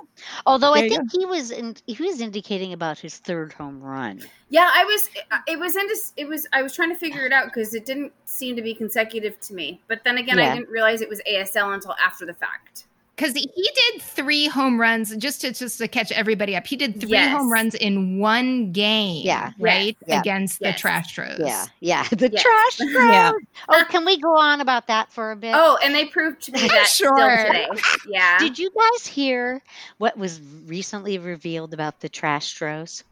[SPEAKER 3] Although
[SPEAKER 4] There
[SPEAKER 3] I
[SPEAKER 4] you
[SPEAKER 3] think he was in, he was indicating about his third home run.
[SPEAKER 2] Yeah, I was. It was into. It was. I was trying to figure it out because it didn't seem to be consecutive to me. But then again,
[SPEAKER 3] Yeah.
[SPEAKER 2] I didn't realize it was ASL until after the fact.
[SPEAKER 1] Because he did three home runs just to just to catch everybody up. He did three
[SPEAKER 2] Yes.
[SPEAKER 1] home runs in one game.
[SPEAKER 3] Yeah.
[SPEAKER 1] Right?
[SPEAKER 3] Yeah.
[SPEAKER 1] Against
[SPEAKER 2] Yes.
[SPEAKER 1] the Trastros.
[SPEAKER 3] Yeah, yeah, the
[SPEAKER 2] Yes.
[SPEAKER 3] trash crowd.
[SPEAKER 4] Yeah.
[SPEAKER 3] Oh, can we go on about that for a bit?
[SPEAKER 2] Oh, and they proved to be that
[SPEAKER 1] Sure.
[SPEAKER 2] still today. Yeah.
[SPEAKER 3] Did you guys hear what was recently revealed about the trash throws?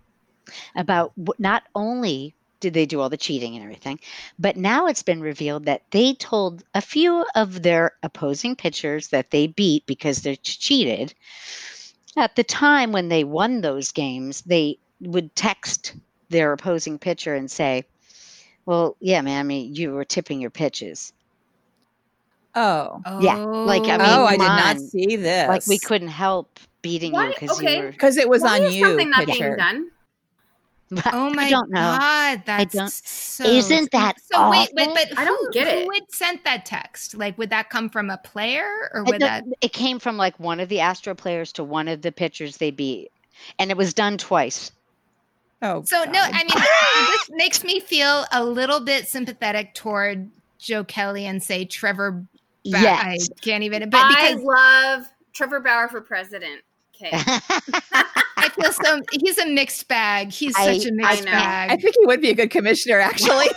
[SPEAKER 3] About wh- not only did they do all the cheating and everything, but now it's been revealed that they told a few of their opposing pitchers that they beat because they ch- cheated. At the time when they won those games, they would text their opposing pitcher and say, well, yeah, man, I mean, you were tipping your pitches.
[SPEAKER 4] Oh.
[SPEAKER 3] Yeah, like, I
[SPEAKER 1] Oh.
[SPEAKER 3] mean,
[SPEAKER 4] oh, I did not
[SPEAKER 3] mine.
[SPEAKER 4] see this.
[SPEAKER 3] Like we couldn't help beating
[SPEAKER 2] Why-
[SPEAKER 3] you because
[SPEAKER 2] okay.
[SPEAKER 3] you were.
[SPEAKER 4] because it was
[SPEAKER 2] Why
[SPEAKER 4] on
[SPEAKER 2] is
[SPEAKER 4] you.
[SPEAKER 2] something not
[SPEAKER 4] picture.
[SPEAKER 2] being done?
[SPEAKER 1] Oh my
[SPEAKER 3] I don't know.
[SPEAKER 1] god, that's
[SPEAKER 3] don't-
[SPEAKER 1] so
[SPEAKER 3] Isn't that
[SPEAKER 1] so wait, wait,
[SPEAKER 3] awful?
[SPEAKER 1] but who,
[SPEAKER 2] I don't get it.
[SPEAKER 1] Who had sent that text? Like would that come from a player or
[SPEAKER 3] I
[SPEAKER 1] would
[SPEAKER 3] know-
[SPEAKER 1] that
[SPEAKER 3] It came from like one of the Astro players to one of the pitchers they beat, and it was done twice.
[SPEAKER 4] Oh,
[SPEAKER 1] So no,
[SPEAKER 4] God.
[SPEAKER 1] I mean this makes me feel a little bit sympathetic toward Joe Kelly and say Trevor. Ba-
[SPEAKER 3] yes.
[SPEAKER 1] I can't even. But
[SPEAKER 2] I
[SPEAKER 1] because
[SPEAKER 2] love Trevor Bauer for president. Okay.
[SPEAKER 1] I feel so, he's a mixed bag. He's
[SPEAKER 3] I-
[SPEAKER 1] such a
[SPEAKER 2] I
[SPEAKER 1] mixed
[SPEAKER 2] know.
[SPEAKER 1] bag.
[SPEAKER 4] I think he would be a good commissioner, actually.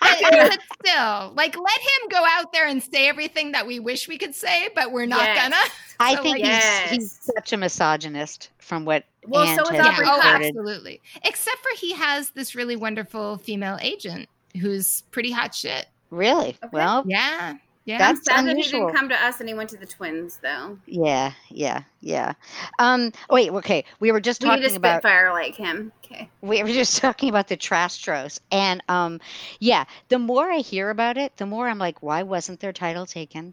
[SPEAKER 1] but, but still, like let him go out there and say everything that we wish we could say, but we're not
[SPEAKER 2] Yes.
[SPEAKER 1] gonna.
[SPEAKER 3] I
[SPEAKER 1] So,
[SPEAKER 3] think
[SPEAKER 1] like-
[SPEAKER 3] he's, he's
[SPEAKER 2] Yes.
[SPEAKER 3] such a misogynist from what
[SPEAKER 2] Well,
[SPEAKER 3] Anne
[SPEAKER 2] so is
[SPEAKER 3] has
[SPEAKER 1] Yeah,
[SPEAKER 2] Aubrey
[SPEAKER 1] oh,
[SPEAKER 2] Cox.
[SPEAKER 3] reported.
[SPEAKER 1] absolutely. Except for he has this really wonderful female agent who's pretty hot shit.
[SPEAKER 3] Really?
[SPEAKER 2] Okay.
[SPEAKER 3] Well,
[SPEAKER 1] Yeah, yeah.
[SPEAKER 3] That's
[SPEAKER 2] Sad that he
[SPEAKER 3] unusual.
[SPEAKER 2] didn't come to us and he went to the twins though.
[SPEAKER 3] yeah, yeah, yeah. Um, wait, okay. We were just
[SPEAKER 2] We need a
[SPEAKER 3] talking about
[SPEAKER 2] spitfire like him. Okay.
[SPEAKER 3] we were just talking about the Trastros, and um, yeah. The more I hear about it, the more I'm like, why wasn't their title taken,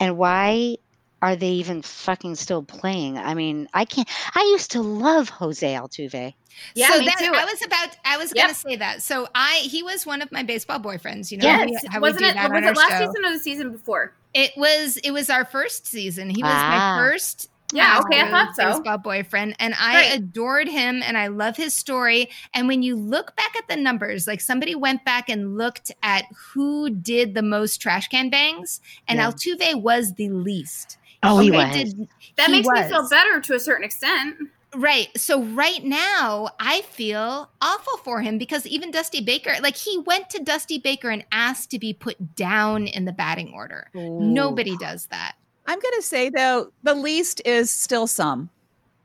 [SPEAKER 3] and why are they even fucking still playing? I mean, I can't. I used to love Jose Altuve.
[SPEAKER 2] Yeah,
[SPEAKER 1] so
[SPEAKER 2] me
[SPEAKER 1] that,
[SPEAKER 2] too.
[SPEAKER 1] I was about. I was
[SPEAKER 2] Yep.
[SPEAKER 1] gonna say that. So I, he was one of my baseball boyfriends. You know,
[SPEAKER 3] Yes.
[SPEAKER 1] we- how
[SPEAKER 2] Wasn't
[SPEAKER 1] we do
[SPEAKER 2] it
[SPEAKER 1] that
[SPEAKER 2] was
[SPEAKER 1] on our
[SPEAKER 2] it last
[SPEAKER 1] show.
[SPEAKER 2] season or the season before?
[SPEAKER 1] It was. It was our first season. He was
[SPEAKER 3] Ah.
[SPEAKER 1] my first
[SPEAKER 2] Yeah,
[SPEAKER 1] as
[SPEAKER 2] okay, I
[SPEAKER 1] a
[SPEAKER 2] thought so.
[SPEAKER 1] Baseball boyfriend, and I
[SPEAKER 2] Right.
[SPEAKER 1] adored him, and I love his story. And when you look back at the numbers, like somebody went back and looked at who did the most trash can bangs, and
[SPEAKER 3] Yeah.
[SPEAKER 1] Altuve was the least.
[SPEAKER 3] Oh, he
[SPEAKER 1] Altuve
[SPEAKER 3] was.
[SPEAKER 1] did-
[SPEAKER 2] That
[SPEAKER 1] he
[SPEAKER 2] makes me feel
[SPEAKER 1] was.
[SPEAKER 2] better to a certain extent.
[SPEAKER 1] right. So right now, I feel awful for him because even Dusty Baker, like he went to Dusty Baker and asked to be put down in the batting order. Nobody does that.
[SPEAKER 4] I'm going to say, though, the least is still some.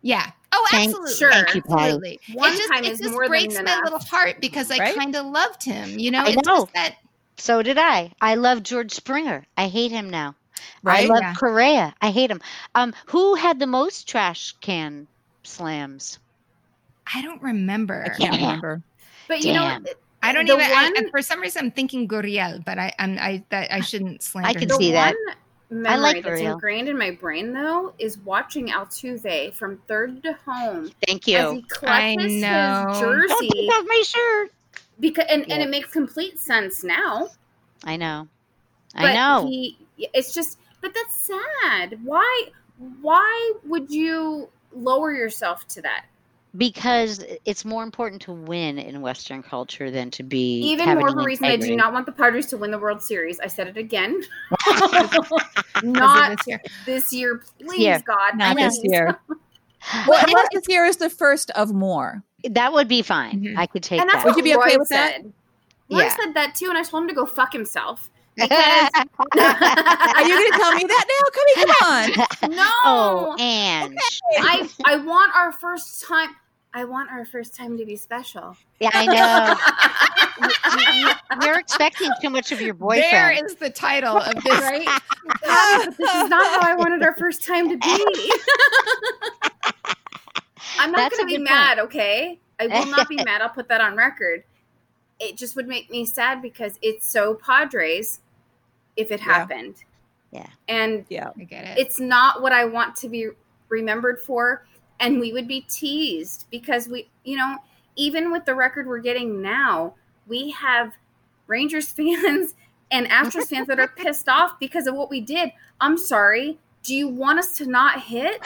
[SPEAKER 1] Yeah. Oh,
[SPEAKER 3] Thank-
[SPEAKER 1] absolutely.
[SPEAKER 2] Sure.
[SPEAKER 3] Thank you, Patty.
[SPEAKER 1] Absolutely.
[SPEAKER 2] One
[SPEAKER 1] it just,
[SPEAKER 2] time
[SPEAKER 1] it
[SPEAKER 2] is
[SPEAKER 1] just
[SPEAKER 2] more than
[SPEAKER 1] breaks my
[SPEAKER 2] enough.
[SPEAKER 1] little heart because I
[SPEAKER 4] Right?
[SPEAKER 1] kind of loved him. You know,
[SPEAKER 3] I
[SPEAKER 1] it's
[SPEAKER 3] know.
[SPEAKER 1] just that
[SPEAKER 3] So did I. I love George Springer. I hate him now. I
[SPEAKER 4] Right?
[SPEAKER 3] love
[SPEAKER 1] Yeah.
[SPEAKER 3] Correa. I hate him. Um, who had the most trash can slams?
[SPEAKER 1] I don't remember. I,
[SPEAKER 4] Can't
[SPEAKER 3] Yeah.
[SPEAKER 4] remember.
[SPEAKER 2] But you
[SPEAKER 3] Damn.
[SPEAKER 2] know
[SPEAKER 1] don't
[SPEAKER 2] The
[SPEAKER 1] even. I-
[SPEAKER 2] one-
[SPEAKER 1] I, for some reason, I'm thinking Guriel, but I, I'm, I that I shouldn't slander.
[SPEAKER 3] can
[SPEAKER 1] him.
[SPEAKER 2] the
[SPEAKER 3] see that.
[SPEAKER 2] one
[SPEAKER 3] I
[SPEAKER 2] memory
[SPEAKER 3] like
[SPEAKER 2] that's
[SPEAKER 3] Ariel.
[SPEAKER 2] ingrained in my brain though is watching Altuve from third to home
[SPEAKER 3] Thank
[SPEAKER 2] as he
[SPEAKER 3] you.
[SPEAKER 1] I
[SPEAKER 2] clutches his
[SPEAKER 1] know.
[SPEAKER 3] Don't
[SPEAKER 2] jersey
[SPEAKER 3] take off my shirt.
[SPEAKER 2] because and, and
[SPEAKER 3] Yeah.
[SPEAKER 2] it makes complete sense now.
[SPEAKER 3] I know. I
[SPEAKER 2] But
[SPEAKER 3] know.
[SPEAKER 2] He, it's just, but that's sad. Why? Why would you lower yourself to that?
[SPEAKER 3] because it's more important to win in Western culture than to be
[SPEAKER 2] Even
[SPEAKER 3] have
[SPEAKER 2] more of
[SPEAKER 3] any
[SPEAKER 2] a reason I do
[SPEAKER 3] integrity.
[SPEAKER 2] not want the Padres to win the World Series. I said it again.
[SPEAKER 1] Because of
[SPEAKER 2] not
[SPEAKER 1] this year.
[SPEAKER 2] this year, please,
[SPEAKER 3] year.
[SPEAKER 2] God.
[SPEAKER 4] Not this
[SPEAKER 2] please.
[SPEAKER 4] year.
[SPEAKER 3] Well,
[SPEAKER 4] Well, unless this year is the first of more.
[SPEAKER 3] that would be fine.
[SPEAKER 4] Mm-hmm.
[SPEAKER 1] Mhm.
[SPEAKER 3] I could take
[SPEAKER 2] And that's
[SPEAKER 3] that.
[SPEAKER 4] Would
[SPEAKER 2] what
[SPEAKER 4] you be
[SPEAKER 2] Roy
[SPEAKER 4] okay with that?
[SPEAKER 2] said. Roy
[SPEAKER 3] Yeah.
[SPEAKER 2] said that too, and I told him to go fuck himself.
[SPEAKER 4] Are you going to tell me that now? Come here, come on.
[SPEAKER 2] No,
[SPEAKER 3] Oh, Ange.
[SPEAKER 2] I I want our first time. I want our first time to be special.
[SPEAKER 3] Yeah, I know. You- you- You're expecting too much of your boyfriend.
[SPEAKER 1] There is the title of this.
[SPEAKER 2] right? God, but this is not how I wanted our first time to be. I'm not
[SPEAKER 3] That's
[SPEAKER 2] going
[SPEAKER 3] a
[SPEAKER 2] to be
[SPEAKER 3] good
[SPEAKER 2] mad, okay? I will not be mad. I'll put that on record. It just would make me sad because it's so Padres if it
[SPEAKER 4] Yeah.
[SPEAKER 2] happened.
[SPEAKER 3] Yeah.
[SPEAKER 2] And
[SPEAKER 1] I get it.
[SPEAKER 2] it's not what I want to be remembered for. And we would be teased because we, you know, even with the record we're getting now, we have Rangers fans and Astros fans that are pissed off because of what we did. I'm sorry. Do you want us to not hit?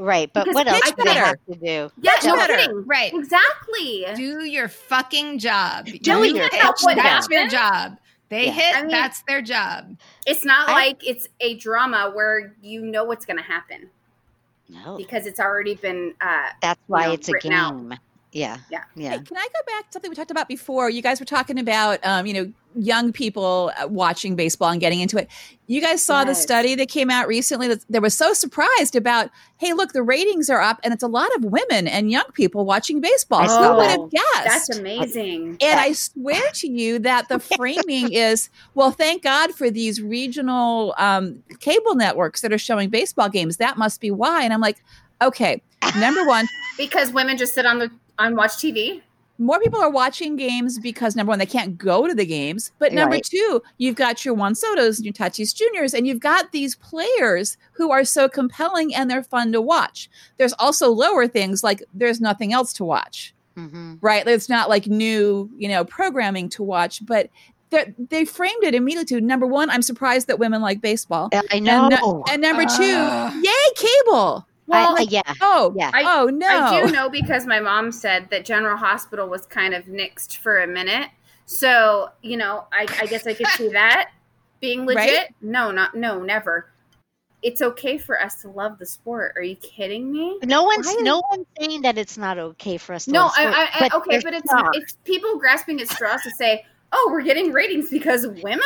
[SPEAKER 3] Right, but
[SPEAKER 2] Because
[SPEAKER 3] what
[SPEAKER 2] pitch
[SPEAKER 3] else do they
[SPEAKER 2] better.
[SPEAKER 3] have to do?
[SPEAKER 2] Yeah,
[SPEAKER 4] Much
[SPEAKER 2] no
[SPEAKER 4] better.
[SPEAKER 2] kidding.
[SPEAKER 1] right.
[SPEAKER 2] Exactly.
[SPEAKER 1] Do your fucking job.
[SPEAKER 3] Do
[SPEAKER 1] You
[SPEAKER 3] your
[SPEAKER 1] pitch,
[SPEAKER 2] fucking
[SPEAKER 1] That's
[SPEAKER 2] job.
[SPEAKER 1] your job. They
[SPEAKER 3] Yeah.
[SPEAKER 1] hit.
[SPEAKER 2] I mean-
[SPEAKER 1] that's their job.
[SPEAKER 2] It's not
[SPEAKER 3] I-
[SPEAKER 2] like it's a drama where you know what's going to happen
[SPEAKER 3] No,
[SPEAKER 2] because it's already been. Uh,
[SPEAKER 3] that's why
[SPEAKER 2] know,
[SPEAKER 3] it's a
[SPEAKER 2] written
[SPEAKER 3] game.
[SPEAKER 2] out.
[SPEAKER 3] Yeah,
[SPEAKER 2] Yeah.
[SPEAKER 3] yeah.
[SPEAKER 4] Hey, can I go back to something we talked about before? You guys were talking about, um, you know, young people uh, watching baseball and getting into it. You guys saw the
[SPEAKER 2] Yes.
[SPEAKER 4] study that came out recently that they were so surprised about, hey, look, the ratings are up and it's a lot of women and young people watching baseball.
[SPEAKER 3] I
[SPEAKER 4] Who
[SPEAKER 3] saw
[SPEAKER 4] would
[SPEAKER 2] that.
[SPEAKER 4] have guessed?
[SPEAKER 2] Oh, that's amazing.
[SPEAKER 4] And I swear to you that the framing is well, thank God for these regional um, cable networks that are showing baseball games. That must be why. And I'm like, okay, number one,
[SPEAKER 2] Because women just sit on the on watch TV.
[SPEAKER 4] more people are watching games because number one, they can't go to the games. But number
[SPEAKER 3] Right.
[SPEAKER 4] two, you've got your Juan Soto's and your Tatis Juniors, and you've got these players who are so compelling and they're fun to watch. There's also lower things like there's nothing else to watch
[SPEAKER 3] hmm
[SPEAKER 4] right? It's not like new, you know, programming to watch, but they're- they framed it immediately to number one, I'm surprised that women like baseball.
[SPEAKER 3] I
[SPEAKER 4] And,
[SPEAKER 3] know.
[SPEAKER 4] nu- and number two,
[SPEAKER 1] Ugh.
[SPEAKER 4] yay, cable.
[SPEAKER 2] Well,
[SPEAKER 3] Uh. I- yeah.
[SPEAKER 4] Oh,
[SPEAKER 3] Yeah.
[SPEAKER 4] I, oh no.
[SPEAKER 2] I do know because my mom said that General Hospital was kind of nixed for a minute. So, you know, I, I guess I could see that being legit.
[SPEAKER 4] Right?
[SPEAKER 2] No, not no, never. It's okay for us to love the sport. Are you kidding me?
[SPEAKER 3] No one's
[SPEAKER 2] Why-
[SPEAKER 3] no one's saying that it's not okay for us. To
[SPEAKER 2] No,
[SPEAKER 3] love
[SPEAKER 2] I,
[SPEAKER 3] sport,
[SPEAKER 2] I, I okay,
[SPEAKER 3] there's
[SPEAKER 2] but it's
[SPEAKER 3] not.
[SPEAKER 2] it's people grasping at straws to say, "Oh, we're getting ratings because women are watching."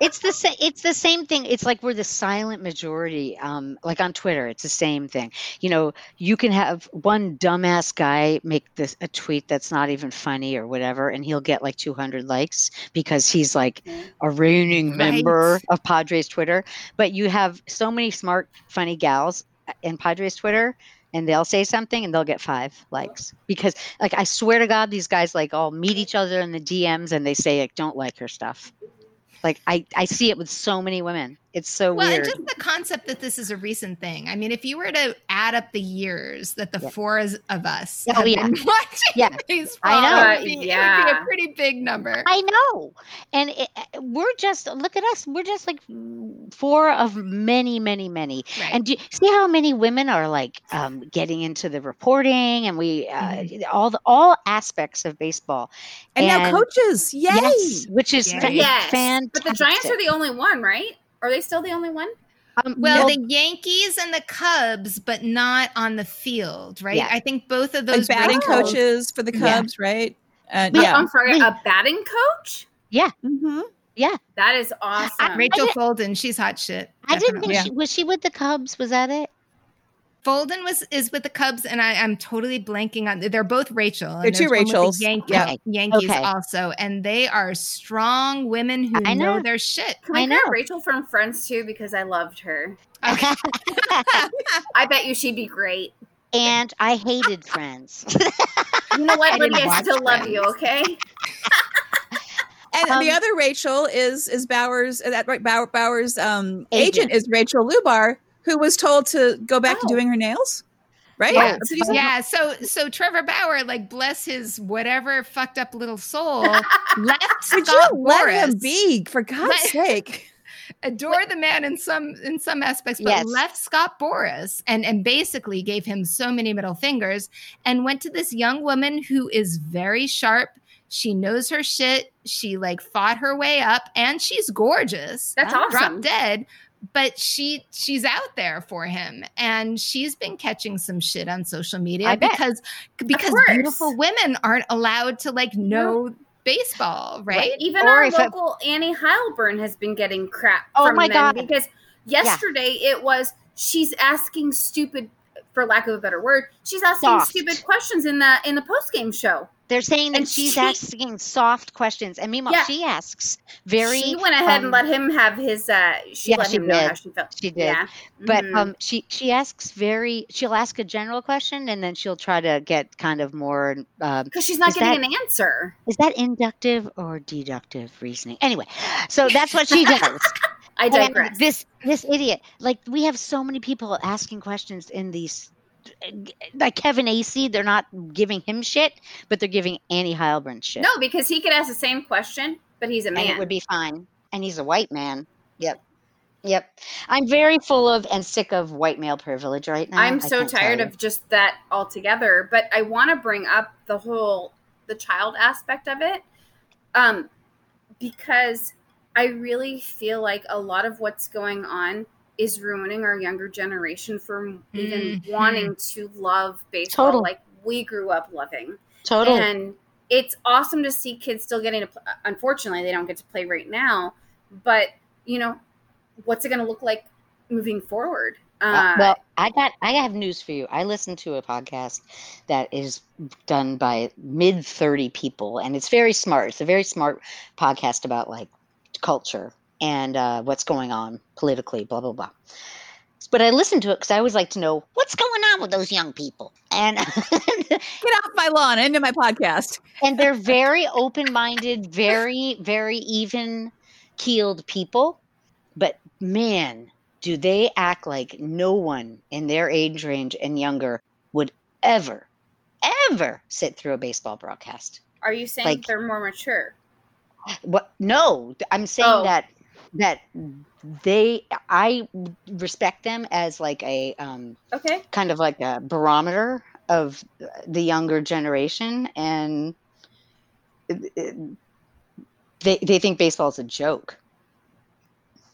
[SPEAKER 3] it's the same. It's the same thing. It's like we're the silent majority. Um, like on Twitter, it's the same thing. You know, you can have one dumbass guy make this a tweet that's not even funny or whatever, and he'll get like 200 likes because he's like a reigning
[SPEAKER 1] Right.
[SPEAKER 3] member of Padres Twitter. But you have so many smart, funny gals uh, in Padres Twitter. And they'll say something, and they'll get five likes because, like, I swear to God, these guys like all meet each other in the DMs, and they say like, "Don't like her stuff." Like I, I see it with so many women. It's so
[SPEAKER 1] Well,
[SPEAKER 3] weird.
[SPEAKER 1] and just the concept that this is a recent thing. I mean, if you were to add up the years that the
[SPEAKER 3] Yeah.
[SPEAKER 1] four is- of us
[SPEAKER 3] Oh,
[SPEAKER 1] have
[SPEAKER 3] yeah.
[SPEAKER 1] been watching
[SPEAKER 3] Yeah.
[SPEAKER 1] baseball,
[SPEAKER 3] I know.
[SPEAKER 1] it would be, it would be
[SPEAKER 2] Yeah.
[SPEAKER 1] a pretty big number.
[SPEAKER 3] I know, and it, uh, we're just look at us. We're just like four of many, many, many.
[SPEAKER 1] Right.
[SPEAKER 3] And do, see how many women are like um, getting into the reporting, and we uh, all the all aspects of baseball.
[SPEAKER 4] and, now
[SPEAKER 3] and-
[SPEAKER 4] coaches, yay!
[SPEAKER 3] Yes, which is
[SPEAKER 1] Yay.
[SPEAKER 3] fa-
[SPEAKER 2] Yes,
[SPEAKER 3] fantastic.
[SPEAKER 2] but the Giants are the only one, right? Are they still the only one?
[SPEAKER 3] um,
[SPEAKER 1] well,
[SPEAKER 3] no,
[SPEAKER 1] the Yankees and the Cubs, but not on the field, right?
[SPEAKER 3] Yeah.
[SPEAKER 1] I think both of
[SPEAKER 4] Like
[SPEAKER 1] those
[SPEAKER 4] batting
[SPEAKER 1] rankings-
[SPEAKER 4] coaches for the
[SPEAKER 3] Yeah.
[SPEAKER 4] Cubs, right? Uh,
[SPEAKER 3] But-
[SPEAKER 1] um,
[SPEAKER 4] yeah.
[SPEAKER 2] Oh, I'm sorry, a batting coach?
[SPEAKER 1] mm-hmm.
[SPEAKER 4] hmm
[SPEAKER 2] That is awesome.
[SPEAKER 1] Rachel Folden, she's hot shit.
[SPEAKER 3] I didn't
[SPEAKER 1] definitely.
[SPEAKER 3] think she was she with the Cubs. Was that it?
[SPEAKER 1] Folden was is with the Cubs, and I, I'm totally blanking on. They're both Rachel. and
[SPEAKER 4] They're two
[SPEAKER 1] there's one with the Yanke-
[SPEAKER 4] Rachels.
[SPEAKER 3] Yeah.
[SPEAKER 1] Yankees
[SPEAKER 3] Okay.
[SPEAKER 1] also, and they are strong women who
[SPEAKER 3] I
[SPEAKER 1] know.
[SPEAKER 3] know.
[SPEAKER 1] their shit.
[SPEAKER 2] Can we
[SPEAKER 3] I
[SPEAKER 2] grab
[SPEAKER 3] know.
[SPEAKER 2] Rachel from Friends too because I loved her.
[SPEAKER 1] Okay.
[SPEAKER 2] I bet you she'd be great.
[SPEAKER 3] and I hated Friends.
[SPEAKER 2] You know what,
[SPEAKER 1] I didn't
[SPEAKER 2] Libby? I
[SPEAKER 1] watch
[SPEAKER 2] still love you.
[SPEAKER 1] Friends.
[SPEAKER 2] Okay.
[SPEAKER 4] And the
[SPEAKER 3] Um,
[SPEAKER 4] other Rachel is is Bowers. uh, That right, Bow- Bowers' um, agent.
[SPEAKER 3] Agent.
[SPEAKER 4] is Rachel Lubar, who was told to go back to
[SPEAKER 2] Oh.
[SPEAKER 4] doing her nails. Right?
[SPEAKER 1] Yeah.
[SPEAKER 4] That's what he said.
[SPEAKER 1] Yeah, so so Trevor Bauer, like bless his whatever fucked up little soul, left
[SPEAKER 4] Would
[SPEAKER 1] Scott
[SPEAKER 4] you
[SPEAKER 1] Boris.
[SPEAKER 4] let him be? For God's
[SPEAKER 1] Let-
[SPEAKER 4] sake!
[SPEAKER 1] Adore the man in some in some aspects, but
[SPEAKER 3] Yes.
[SPEAKER 1] left Scott Boris and and basically gave him so many middle fingers and went to this young woman who is very sharp. She knows her shit. She like fought her way up, and she's gorgeous.
[SPEAKER 2] That's
[SPEAKER 3] Wow.
[SPEAKER 1] drop
[SPEAKER 2] awesome.
[SPEAKER 1] dead but she she's out there for him and she's been catching some shit on social media
[SPEAKER 3] I bet.
[SPEAKER 1] because because
[SPEAKER 2] course.
[SPEAKER 1] beautiful women aren't allowed to like know baseball right,
[SPEAKER 2] Even
[SPEAKER 3] Or
[SPEAKER 2] our
[SPEAKER 3] if I-
[SPEAKER 2] local Annie Heilburn has been getting crap
[SPEAKER 3] Oh
[SPEAKER 2] from
[SPEAKER 3] my
[SPEAKER 2] them
[SPEAKER 3] God.
[SPEAKER 2] because yesterday it was she's asking stupid, for lack of a better word, she's asking
[SPEAKER 3] Soft.
[SPEAKER 2] stupid questions in the in the post game show.
[SPEAKER 3] They're saying that
[SPEAKER 2] And
[SPEAKER 3] she's
[SPEAKER 2] she-
[SPEAKER 3] asking soft questions, and meanwhile,
[SPEAKER 2] Yeah.
[SPEAKER 3] she asks very.
[SPEAKER 2] she went ahead and
[SPEAKER 3] um,
[SPEAKER 2] let him have his. uh She
[SPEAKER 3] Yeah,
[SPEAKER 2] let
[SPEAKER 3] she
[SPEAKER 2] him know
[SPEAKER 3] did.
[SPEAKER 2] how she felt.
[SPEAKER 3] She did.
[SPEAKER 2] Yeah.
[SPEAKER 3] But
[SPEAKER 2] Mhm.
[SPEAKER 3] um, she she asks very. She'll ask a general question, and then she'll try to get kind of more. Um,
[SPEAKER 2] Because she's not
[SPEAKER 3] Is
[SPEAKER 2] getting an answer.
[SPEAKER 3] is that inductive or deductive reasoning? Anyway, so that's what she does.
[SPEAKER 2] I
[SPEAKER 3] And
[SPEAKER 2] digress.
[SPEAKER 3] this this idiot, like we have so many people asking questions in these. Like Kevin Acey, they're not giving him shit, but they're giving Annie Heilbrun shit.
[SPEAKER 2] No, because he could ask the same question, but he's a
[SPEAKER 3] and
[SPEAKER 2] man.
[SPEAKER 3] it would be fine. And he's a white man. Yep. Yep. I'm very full of and sick of white male privilege right now.
[SPEAKER 2] I'm
[SPEAKER 3] I
[SPEAKER 2] so
[SPEAKER 3] can't tell
[SPEAKER 2] tired
[SPEAKER 3] you.
[SPEAKER 2] of just that altogether. But I want to bring up the whole the child aspect of it, um, because I really feel like a lot of what's going on is ruining our younger generation from even
[SPEAKER 1] Mhm.
[SPEAKER 2] wanting to love baseball
[SPEAKER 3] Total.
[SPEAKER 2] like we grew up loving.
[SPEAKER 3] totally.
[SPEAKER 2] And it's awesome to see kids still getting to. Pl- unfortunately, they don't get to play right now, but you know, what's it going to look like moving forward?
[SPEAKER 3] Uh, well, I got I have news for you. I listened to a podcast that is done by mid 30 people and it's very smart. It's a very smart podcast about like culture and uh, what's going on politically, blah blah blah. But I listened to it because I always like to know what's going on with those young people. And
[SPEAKER 4] Get off my lawn and into my podcast.
[SPEAKER 3] and they're very open-minded, very, very even-keeled people. But man, do they act like no one in their age range and younger would ever, ever sit through a baseball broadcast?
[SPEAKER 2] Are you saying
[SPEAKER 3] Like-
[SPEAKER 2] they're more mature?
[SPEAKER 3] What? No, I'm saying
[SPEAKER 2] Oh.
[SPEAKER 3] that that they I respect them as like a um,
[SPEAKER 2] Okay.
[SPEAKER 3] kind of like a barometer of the younger generation, and it- it- they they think baseball's a joke.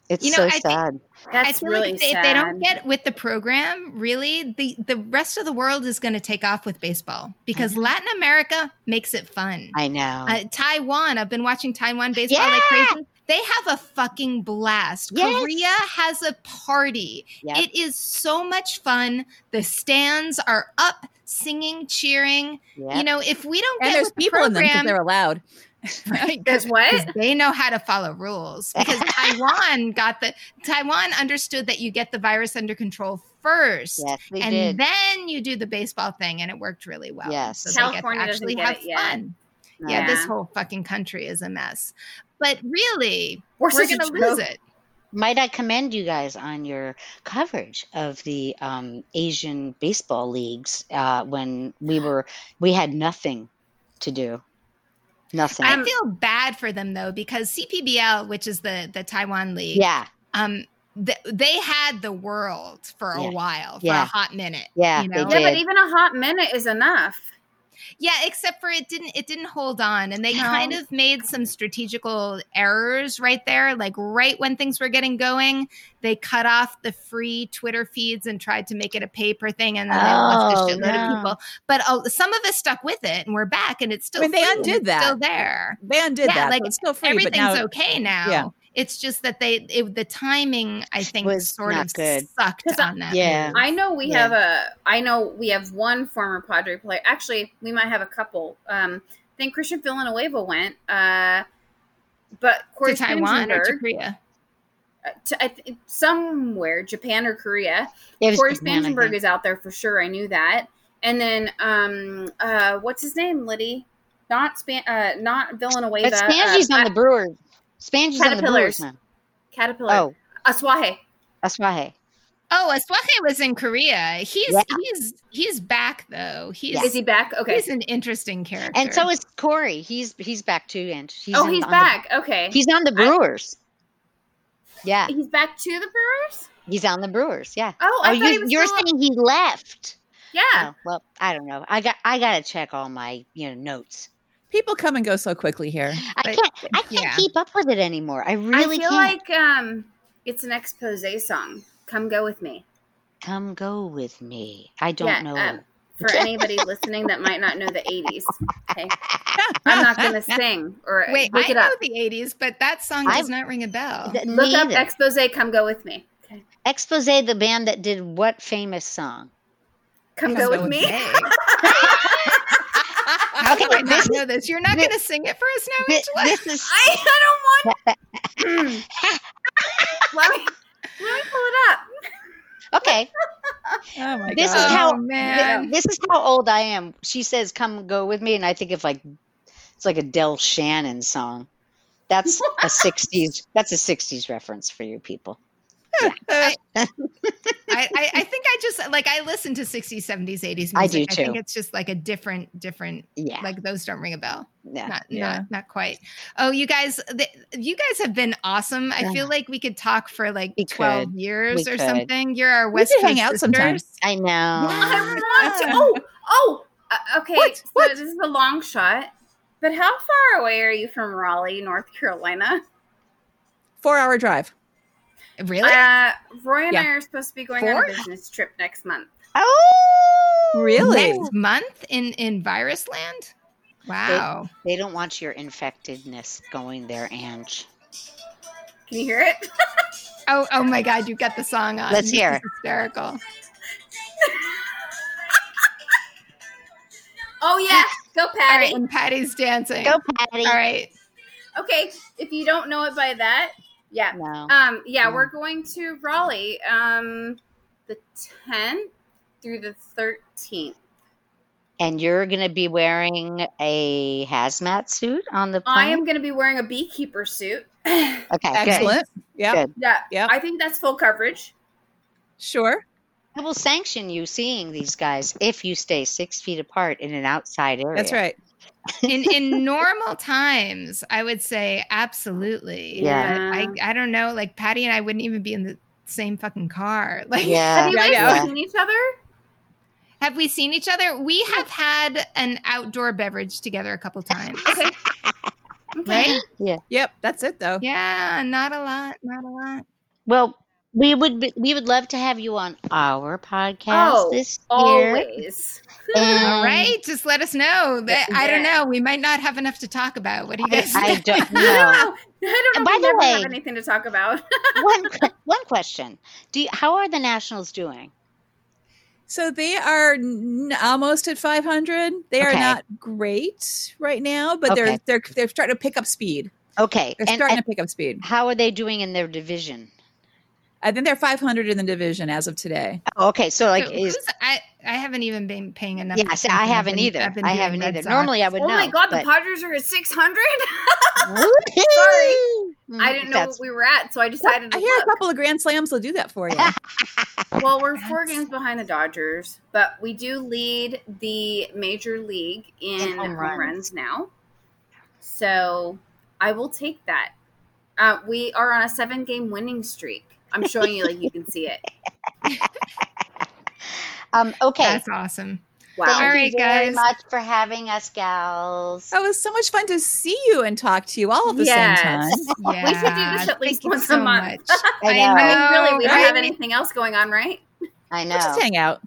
[SPEAKER 3] It's
[SPEAKER 1] You know,
[SPEAKER 3] so
[SPEAKER 1] I think-
[SPEAKER 3] sad.
[SPEAKER 2] That's
[SPEAKER 1] I feel
[SPEAKER 2] really
[SPEAKER 1] like if, they- if
[SPEAKER 2] sad.
[SPEAKER 1] they don't get with the program, really, the, the rest of the world is going to take off with baseball because Latin America makes it fun.
[SPEAKER 3] I know.
[SPEAKER 1] Uh, Taiwan, I've been watching Taiwan baseball like
[SPEAKER 3] Yeah!
[SPEAKER 1] crazy. They have a fucking blast.
[SPEAKER 3] Yes.
[SPEAKER 1] Korea has a party.
[SPEAKER 3] Yep.
[SPEAKER 1] It is so much fun. The stands are up, singing, cheering.
[SPEAKER 3] Yep.
[SPEAKER 1] You know, if we don't
[SPEAKER 4] And
[SPEAKER 1] get
[SPEAKER 4] there's
[SPEAKER 1] with the
[SPEAKER 4] people in them because
[SPEAKER 1] program,
[SPEAKER 4] they're allowed.
[SPEAKER 1] right,
[SPEAKER 2] There's what?
[SPEAKER 3] Eh.
[SPEAKER 1] 'Cause they know how to follow rules because Taiwan got the Taiwan understood that you get the virus under control first.
[SPEAKER 3] yes, we
[SPEAKER 1] and
[SPEAKER 3] did.
[SPEAKER 1] then you do the baseball thing, and it worked really well.
[SPEAKER 3] Yes.
[SPEAKER 1] so they get to
[SPEAKER 2] California doesn't
[SPEAKER 1] actually
[SPEAKER 2] get
[SPEAKER 1] have
[SPEAKER 2] it yet.
[SPEAKER 1] fun. Yeah, this
[SPEAKER 2] Yeah.
[SPEAKER 1] whole fucking country is a mess. But really,
[SPEAKER 2] We're,
[SPEAKER 1] we're
[SPEAKER 2] such a
[SPEAKER 1] going to
[SPEAKER 2] joke.
[SPEAKER 1] lose it.
[SPEAKER 3] Might I commend you guys on your coverage of the um, Asian baseball leagues uh, when we were we had nothing to do, nothing.
[SPEAKER 1] I feel bad for them though because CPBL, which is the the Taiwan league,
[SPEAKER 3] yeah,
[SPEAKER 1] um, th- they had the world for a
[SPEAKER 3] Yeah.
[SPEAKER 1] while, for
[SPEAKER 3] Yeah.
[SPEAKER 1] a hot minute.
[SPEAKER 3] yeah,
[SPEAKER 1] you know?
[SPEAKER 3] they
[SPEAKER 2] Yeah, but
[SPEAKER 3] did.
[SPEAKER 2] even a hot minute is enough.
[SPEAKER 1] Yeah, except for it didn't it didn't hold on and they
[SPEAKER 2] No.
[SPEAKER 1] kind of made some strategical errors right there like right when things were getting going, they cut off the free Twitter feeds and tried to make it a paper thing and then they
[SPEAKER 3] Oh,
[SPEAKER 1] lost a shitload
[SPEAKER 3] no.
[SPEAKER 1] of people. But uh, some of us stuck with it and we're back and it's still
[SPEAKER 4] I mean, they
[SPEAKER 1] free and
[SPEAKER 4] undid
[SPEAKER 1] it's
[SPEAKER 4] that.
[SPEAKER 1] Still there.
[SPEAKER 4] They undid
[SPEAKER 1] Yeah,
[SPEAKER 4] that.
[SPEAKER 1] like,
[SPEAKER 4] Like, it's still free, but
[SPEAKER 1] Everything's
[SPEAKER 4] now
[SPEAKER 1] okay now.
[SPEAKER 4] Yeah.
[SPEAKER 1] It's just that they it, the timing I think
[SPEAKER 3] Was
[SPEAKER 1] sort
[SPEAKER 3] not
[SPEAKER 1] of
[SPEAKER 3] good.
[SPEAKER 1] sucked
[SPEAKER 2] 'Cause I-
[SPEAKER 1] on that.
[SPEAKER 3] Yeah.
[SPEAKER 1] move.
[SPEAKER 2] I know we
[SPEAKER 3] Yeah.
[SPEAKER 2] have a. I know we have one former Padre player. Actually, we might have a couple. Um, I think Christian Villanueva went. Uh, but Corey
[SPEAKER 1] to Taiwan or to
[SPEAKER 2] Spangenberg,
[SPEAKER 1] Korea.
[SPEAKER 2] uh, to, I th- somewhere Japan or Korea.
[SPEAKER 3] It was
[SPEAKER 2] Corey
[SPEAKER 3] Japan, I
[SPEAKER 2] Spangenberg
[SPEAKER 3] think.
[SPEAKER 2] is out there for sure. I knew that. And then, um, uh, what's his name, Liddy? Not Span, uh, not Villanueva.
[SPEAKER 3] But Spangy's
[SPEAKER 2] uh,
[SPEAKER 3] on the Brewers. Spangy's on the Brewers
[SPEAKER 2] Caterpillars.
[SPEAKER 3] now.
[SPEAKER 2] Caterpillar.
[SPEAKER 3] Oh,
[SPEAKER 2] Aswahe.
[SPEAKER 3] that's why.
[SPEAKER 1] Oh, Aswahe was in Korea. He's
[SPEAKER 3] Yeah.
[SPEAKER 1] he's he's back though. He's
[SPEAKER 2] Is he back? Okay.
[SPEAKER 1] he's an interesting character.
[SPEAKER 3] And so is Corey. He's he's back too, and he's
[SPEAKER 2] oh,
[SPEAKER 3] in-
[SPEAKER 2] he's
[SPEAKER 3] on the-
[SPEAKER 2] back. okay.
[SPEAKER 3] he's on the Brewers. yeah,
[SPEAKER 2] He's back to the Brewers.
[SPEAKER 3] he's on the Brewers. Yeah.
[SPEAKER 2] Oh, I
[SPEAKER 3] Oh,
[SPEAKER 2] thought he
[SPEAKER 3] you,
[SPEAKER 2] was
[SPEAKER 3] you're
[SPEAKER 2] still-
[SPEAKER 3] saying he left.
[SPEAKER 2] yeah.
[SPEAKER 3] Oh, well, I don't know. I got I gotta check all my you know notes.
[SPEAKER 4] people come and go so quickly here.
[SPEAKER 3] I
[SPEAKER 1] But-
[SPEAKER 3] can't I can't
[SPEAKER 1] yeah.
[SPEAKER 3] keep up with it anymore. I really
[SPEAKER 2] I feel
[SPEAKER 3] can't.
[SPEAKER 2] like um, it's an expose song. Come go with me.
[SPEAKER 3] Come go with me. I don't
[SPEAKER 2] Yeah,
[SPEAKER 3] know.
[SPEAKER 2] um, For anybody listening that might not know the '80s, okay? I'm not gonna sing or
[SPEAKER 1] wait,
[SPEAKER 2] look
[SPEAKER 1] I
[SPEAKER 2] it up.
[SPEAKER 1] know the '80s, but that song
[SPEAKER 3] I-
[SPEAKER 1] does not ring a bell.
[SPEAKER 3] Th-
[SPEAKER 2] uh, Look up
[SPEAKER 3] neither.
[SPEAKER 2] expose. Come go with me. Okay.
[SPEAKER 3] Expose the band that did what famous song?
[SPEAKER 2] Come
[SPEAKER 1] Don't
[SPEAKER 2] go
[SPEAKER 1] know
[SPEAKER 2] with me.
[SPEAKER 1] they- How do I not
[SPEAKER 3] this-
[SPEAKER 1] know this? You're not
[SPEAKER 3] thi-
[SPEAKER 1] going to sing it for us now,
[SPEAKER 3] Th-
[SPEAKER 1] Angela.
[SPEAKER 3] This is
[SPEAKER 2] I, I don't want. let me let me pull it up.
[SPEAKER 3] okay.
[SPEAKER 4] Oh my
[SPEAKER 3] This is
[SPEAKER 1] oh
[SPEAKER 4] God.
[SPEAKER 3] how-
[SPEAKER 1] man.
[SPEAKER 3] This is how old I am. She says, "Come go with me," and I think of like it's like a Del Shannon song. That's a '60s. That's a '60s reference for you people.
[SPEAKER 4] Uh,
[SPEAKER 1] I, I, I think I just like I listen to 60s, 70s, 80s music.
[SPEAKER 3] I do
[SPEAKER 1] I think
[SPEAKER 3] too.
[SPEAKER 1] it's just like a different, different.
[SPEAKER 3] Yeah.
[SPEAKER 1] Like those don't ring a bell.
[SPEAKER 3] yeah.
[SPEAKER 1] not
[SPEAKER 4] Yeah.
[SPEAKER 1] not not quite. Oh, you guys, the, you guys have been awesome. I
[SPEAKER 3] Yeah.
[SPEAKER 1] feel like we could talk for like
[SPEAKER 3] We
[SPEAKER 1] twelve years
[SPEAKER 3] We
[SPEAKER 1] or
[SPEAKER 3] could.
[SPEAKER 1] something. You're our
[SPEAKER 4] We
[SPEAKER 1] West
[SPEAKER 4] should
[SPEAKER 1] Coast
[SPEAKER 4] hang out sometime.
[SPEAKER 1] sisters.
[SPEAKER 3] I know.
[SPEAKER 2] I want to.
[SPEAKER 1] Yeah.
[SPEAKER 2] Oh, oh. Uh, okay,
[SPEAKER 4] What?
[SPEAKER 2] so
[SPEAKER 4] What?
[SPEAKER 2] this is a long shot. But how far away are you from Raleigh, North Carolina?
[SPEAKER 4] Four hour drive.
[SPEAKER 1] Really?
[SPEAKER 2] Uh, Roy and
[SPEAKER 4] Yeah.
[SPEAKER 2] I are supposed to be going
[SPEAKER 1] Four?
[SPEAKER 2] on a business trip next month.
[SPEAKER 3] Oh,
[SPEAKER 4] Really?
[SPEAKER 1] Next month in in virus land. Wow.
[SPEAKER 3] They don't want your infectedness going there, Ange.
[SPEAKER 2] Can you hear it?
[SPEAKER 1] oh oh my God! You've got the song on.
[SPEAKER 3] Let's hear
[SPEAKER 1] This is Hysterical.
[SPEAKER 2] Oh yeah, go
[SPEAKER 1] All right,
[SPEAKER 2] Patty.
[SPEAKER 1] and Patty's dancing.
[SPEAKER 3] Go, Patty.
[SPEAKER 1] All right.
[SPEAKER 2] Okay, if you don't know it by that, yeah.
[SPEAKER 3] No.
[SPEAKER 2] Um, yeah,
[SPEAKER 3] Yeah.
[SPEAKER 2] we're going to Raleigh. Um, the 10th through the 13th
[SPEAKER 3] And you're going to be wearing a hazmat suit on the plane?
[SPEAKER 2] I am going to be wearing a beekeeper suit. yeah,
[SPEAKER 3] Okay, good.
[SPEAKER 4] Excellent. Yeah.
[SPEAKER 3] Good.
[SPEAKER 4] Yep.
[SPEAKER 2] I think that's full coverage.
[SPEAKER 4] Sure.
[SPEAKER 3] I will sanction you seeing these guys if you stay six feet apart in an outside area.
[SPEAKER 4] That's right.
[SPEAKER 1] in in normal times, I would say absolutely.
[SPEAKER 3] Yeah.
[SPEAKER 1] But I I don't know. Like Patty and I wouldn't even be in the same fucking car. Like
[SPEAKER 3] Yeah.
[SPEAKER 2] Have you guys
[SPEAKER 4] Yeah.
[SPEAKER 2] seen each other?
[SPEAKER 1] have we seen each other? We have had an outdoor beverage together a couple times.
[SPEAKER 2] Okay. Okay.
[SPEAKER 1] Right?
[SPEAKER 4] Yep, that's it though.
[SPEAKER 1] Yeah, not a lot. Not a lot.
[SPEAKER 3] Well, we would be, we would love to have you on our podcast
[SPEAKER 2] Oh,
[SPEAKER 3] this year.
[SPEAKER 2] Always.
[SPEAKER 1] All
[SPEAKER 3] and
[SPEAKER 1] right, just let us know. That I don't
[SPEAKER 2] Yeah.
[SPEAKER 1] know. We might not have enough to talk about. What do you
[SPEAKER 3] I,
[SPEAKER 1] guys?
[SPEAKER 3] I
[SPEAKER 1] think?
[SPEAKER 3] don't
[SPEAKER 2] I don't
[SPEAKER 3] know.
[SPEAKER 2] know. I don't
[SPEAKER 3] And
[SPEAKER 2] know. if
[SPEAKER 3] by
[SPEAKER 2] we
[SPEAKER 3] the
[SPEAKER 2] ever have
[SPEAKER 3] way-
[SPEAKER 2] anything to talk about.
[SPEAKER 3] one que- one question: Do you, how are the Nationals doing?
[SPEAKER 4] So they are n- almost at 500. They are
[SPEAKER 3] Okay.
[SPEAKER 4] not great right now, but they're
[SPEAKER 3] Okay.
[SPEAKER 4] they're they're starting to pick up speed.
[SPEAKER 3] Okay,
[SPEAKER 4] They're
[SPEAKER 3] and,
[SPEAKER 4] starting
[SPEAKER 3] and
[SPEAKER 4] to pick up speed.
[SPEAKER 3] how are they doing in their division?
[SPEAKER 4] I think they're 500 in the division as of today.
[SPEAKER 3] Oh, okay, so like
[SPEAKER 1] So
[SPEAKER 3] is
[SPEAKER 1] who's- I I haven't even been paying enough.
[SPEAKER 3] yes,
[SPEAKER 1] attention.
[SPEAKER 3] I
[SPEAKER 1] I've
[SPEAKER 3] haven't
[SPEAKER 1] been-
[SPEAKER 3] either.
[SPEAKER 1] I've been
[SPEAKER 3] I
[SPEAKER 1] doing
[SPEAKER 3] haven't
[SPEAKER 1] Red
[SPEAKER 3] either.
[SPEAKER 1] Sox.
[SPEAKER 3] Normally, I would
[SPEAKER 2] oh
[SPEAKER 3] know.
[SPEAKER 2] my god, the
[SPEAKER 3] but-
[SPEAKER 2] Padres are at six hundred.
[SPEAKER 3] Woohoo!
[SPEAKER 2] I didn't know
[SPEAKER 3] Mm, That's-
[SPEAKER 2] what we were at, so I decided to
[SPEAKER 4] I hear a
[SPEAKER 2] look.
[SPEAKER 4] couple of grand slams will do that for you.
[SPEAKER 2] Well, we're four
[SPEAKER 1] That's-
[SPEAKER 2] games behind the Dodgers, but we do lead the major league in
[SPEAKER 3] In home
[SPEAKER 2] home
[SPEAKER 3] runs.
[SPEAKER 2] runs. now. So I will take that. Uh, we are on a seven game winning streak. I'm showing you like you can see it.
[SPEAKER 3] um, okay.
[SPEAKER 1] That's awesome.
[SPEAKER 3] Thank
[SPEAKER 1] All
[SPEAKER 2] Wow.
[SPEAKER 1] Alright.
[SPEAKER 3] you
[SPEAKER 1] right,
[SPEAKER 3] very
[SPEAKER 1] guys. Oh,
[SPEAKER 3] much for having us, gals.
[SPEAKER 4] That was so much fun to see you and talk to you all at the
[SPEAKER 2] Yes.
[SPEAKER 4] same time.
[SPEAKER 1] Yeah,
[SPEAKER 2] We should do this at
[SPEAKER 1] thank
[SPEAKER 2] least
[SPEAKER 1] you
[SPEAKER 2] once a
[SPEAKER 1] so
[SPEAKER 2] month.
[SPEAKER 1] much.
[SPEAKER 3] I know.
[SPEAKER 2] I mean, really, we don't
[SPEAKER 1] right?
[SPEAKER 2] have anything else going on, right?
[SPEAKER 3] I know.
[SPEAKER 4] Let's Just hang out.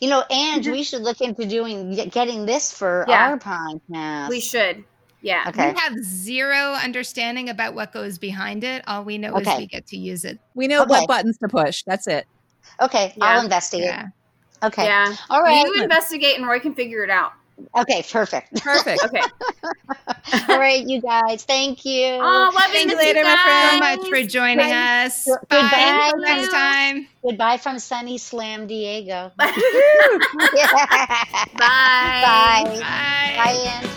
[SPEAKER 3] You know, and we should look into doing get- getting this for
[SPEAKER 2] Yeah.
[SPEAKER 3] our podcast.
[SPEAKER 2] We should. Yeah.
[SPEAKER 3] Okay.
[SPEAKER 1] We have zero understanding about what goes behind it. All we know
[SPEAKER 3] Okay.
[SPEAKER 1] is we get to use it.
[SPEAKER 4] We know
[SPEAKER 3] Okay.
[SPEAKER 4] what buttons to push. That's it.
[SPEAKER 3] Okay, I'll
[SPEAKER 2] Yeah.
[SPEAKER 3] investigate.
[SPEAKER 1] Yeah.
[SPEAKER 3] Okay.
[SPEAKER 2] Yeah.
[SPEAKER 3] All right.
[SPEAKER 2] You investigate and Roy can figure it out.
[SPEAKER 3] Okay, perfect.
[SPEAKER 4] Perfect.
[SPEAKER 2] Okay.
[SPEAKER 3] All right, you guys. Thank you.
[SPEAKER 2] Oh, love
[SPEAKER 4] Thank
[SPEAKER 2] you,
[SPEAKER 4] you later, my
[SPEAKER 1] So
[SPEAKER 4] friend.
[SPEAKER 1] much for joining us.
[SPEAKER 3] Good-
[SPEAKER 1] Bye.
[SPEAKER 3] goodbye.
[SPEAKER 1] Till next time.
[SPEAKER 3] Goodbye from sunny Slam Diego.
[SPEAKER 2] Bye.
[SPEAKER 3] Bye.
[SPEAKER 2] Bye.
[SPEAKER 3] Bye.
[SPEAKER 1] Bye.
[SPEAKER 3] Bye, Angie.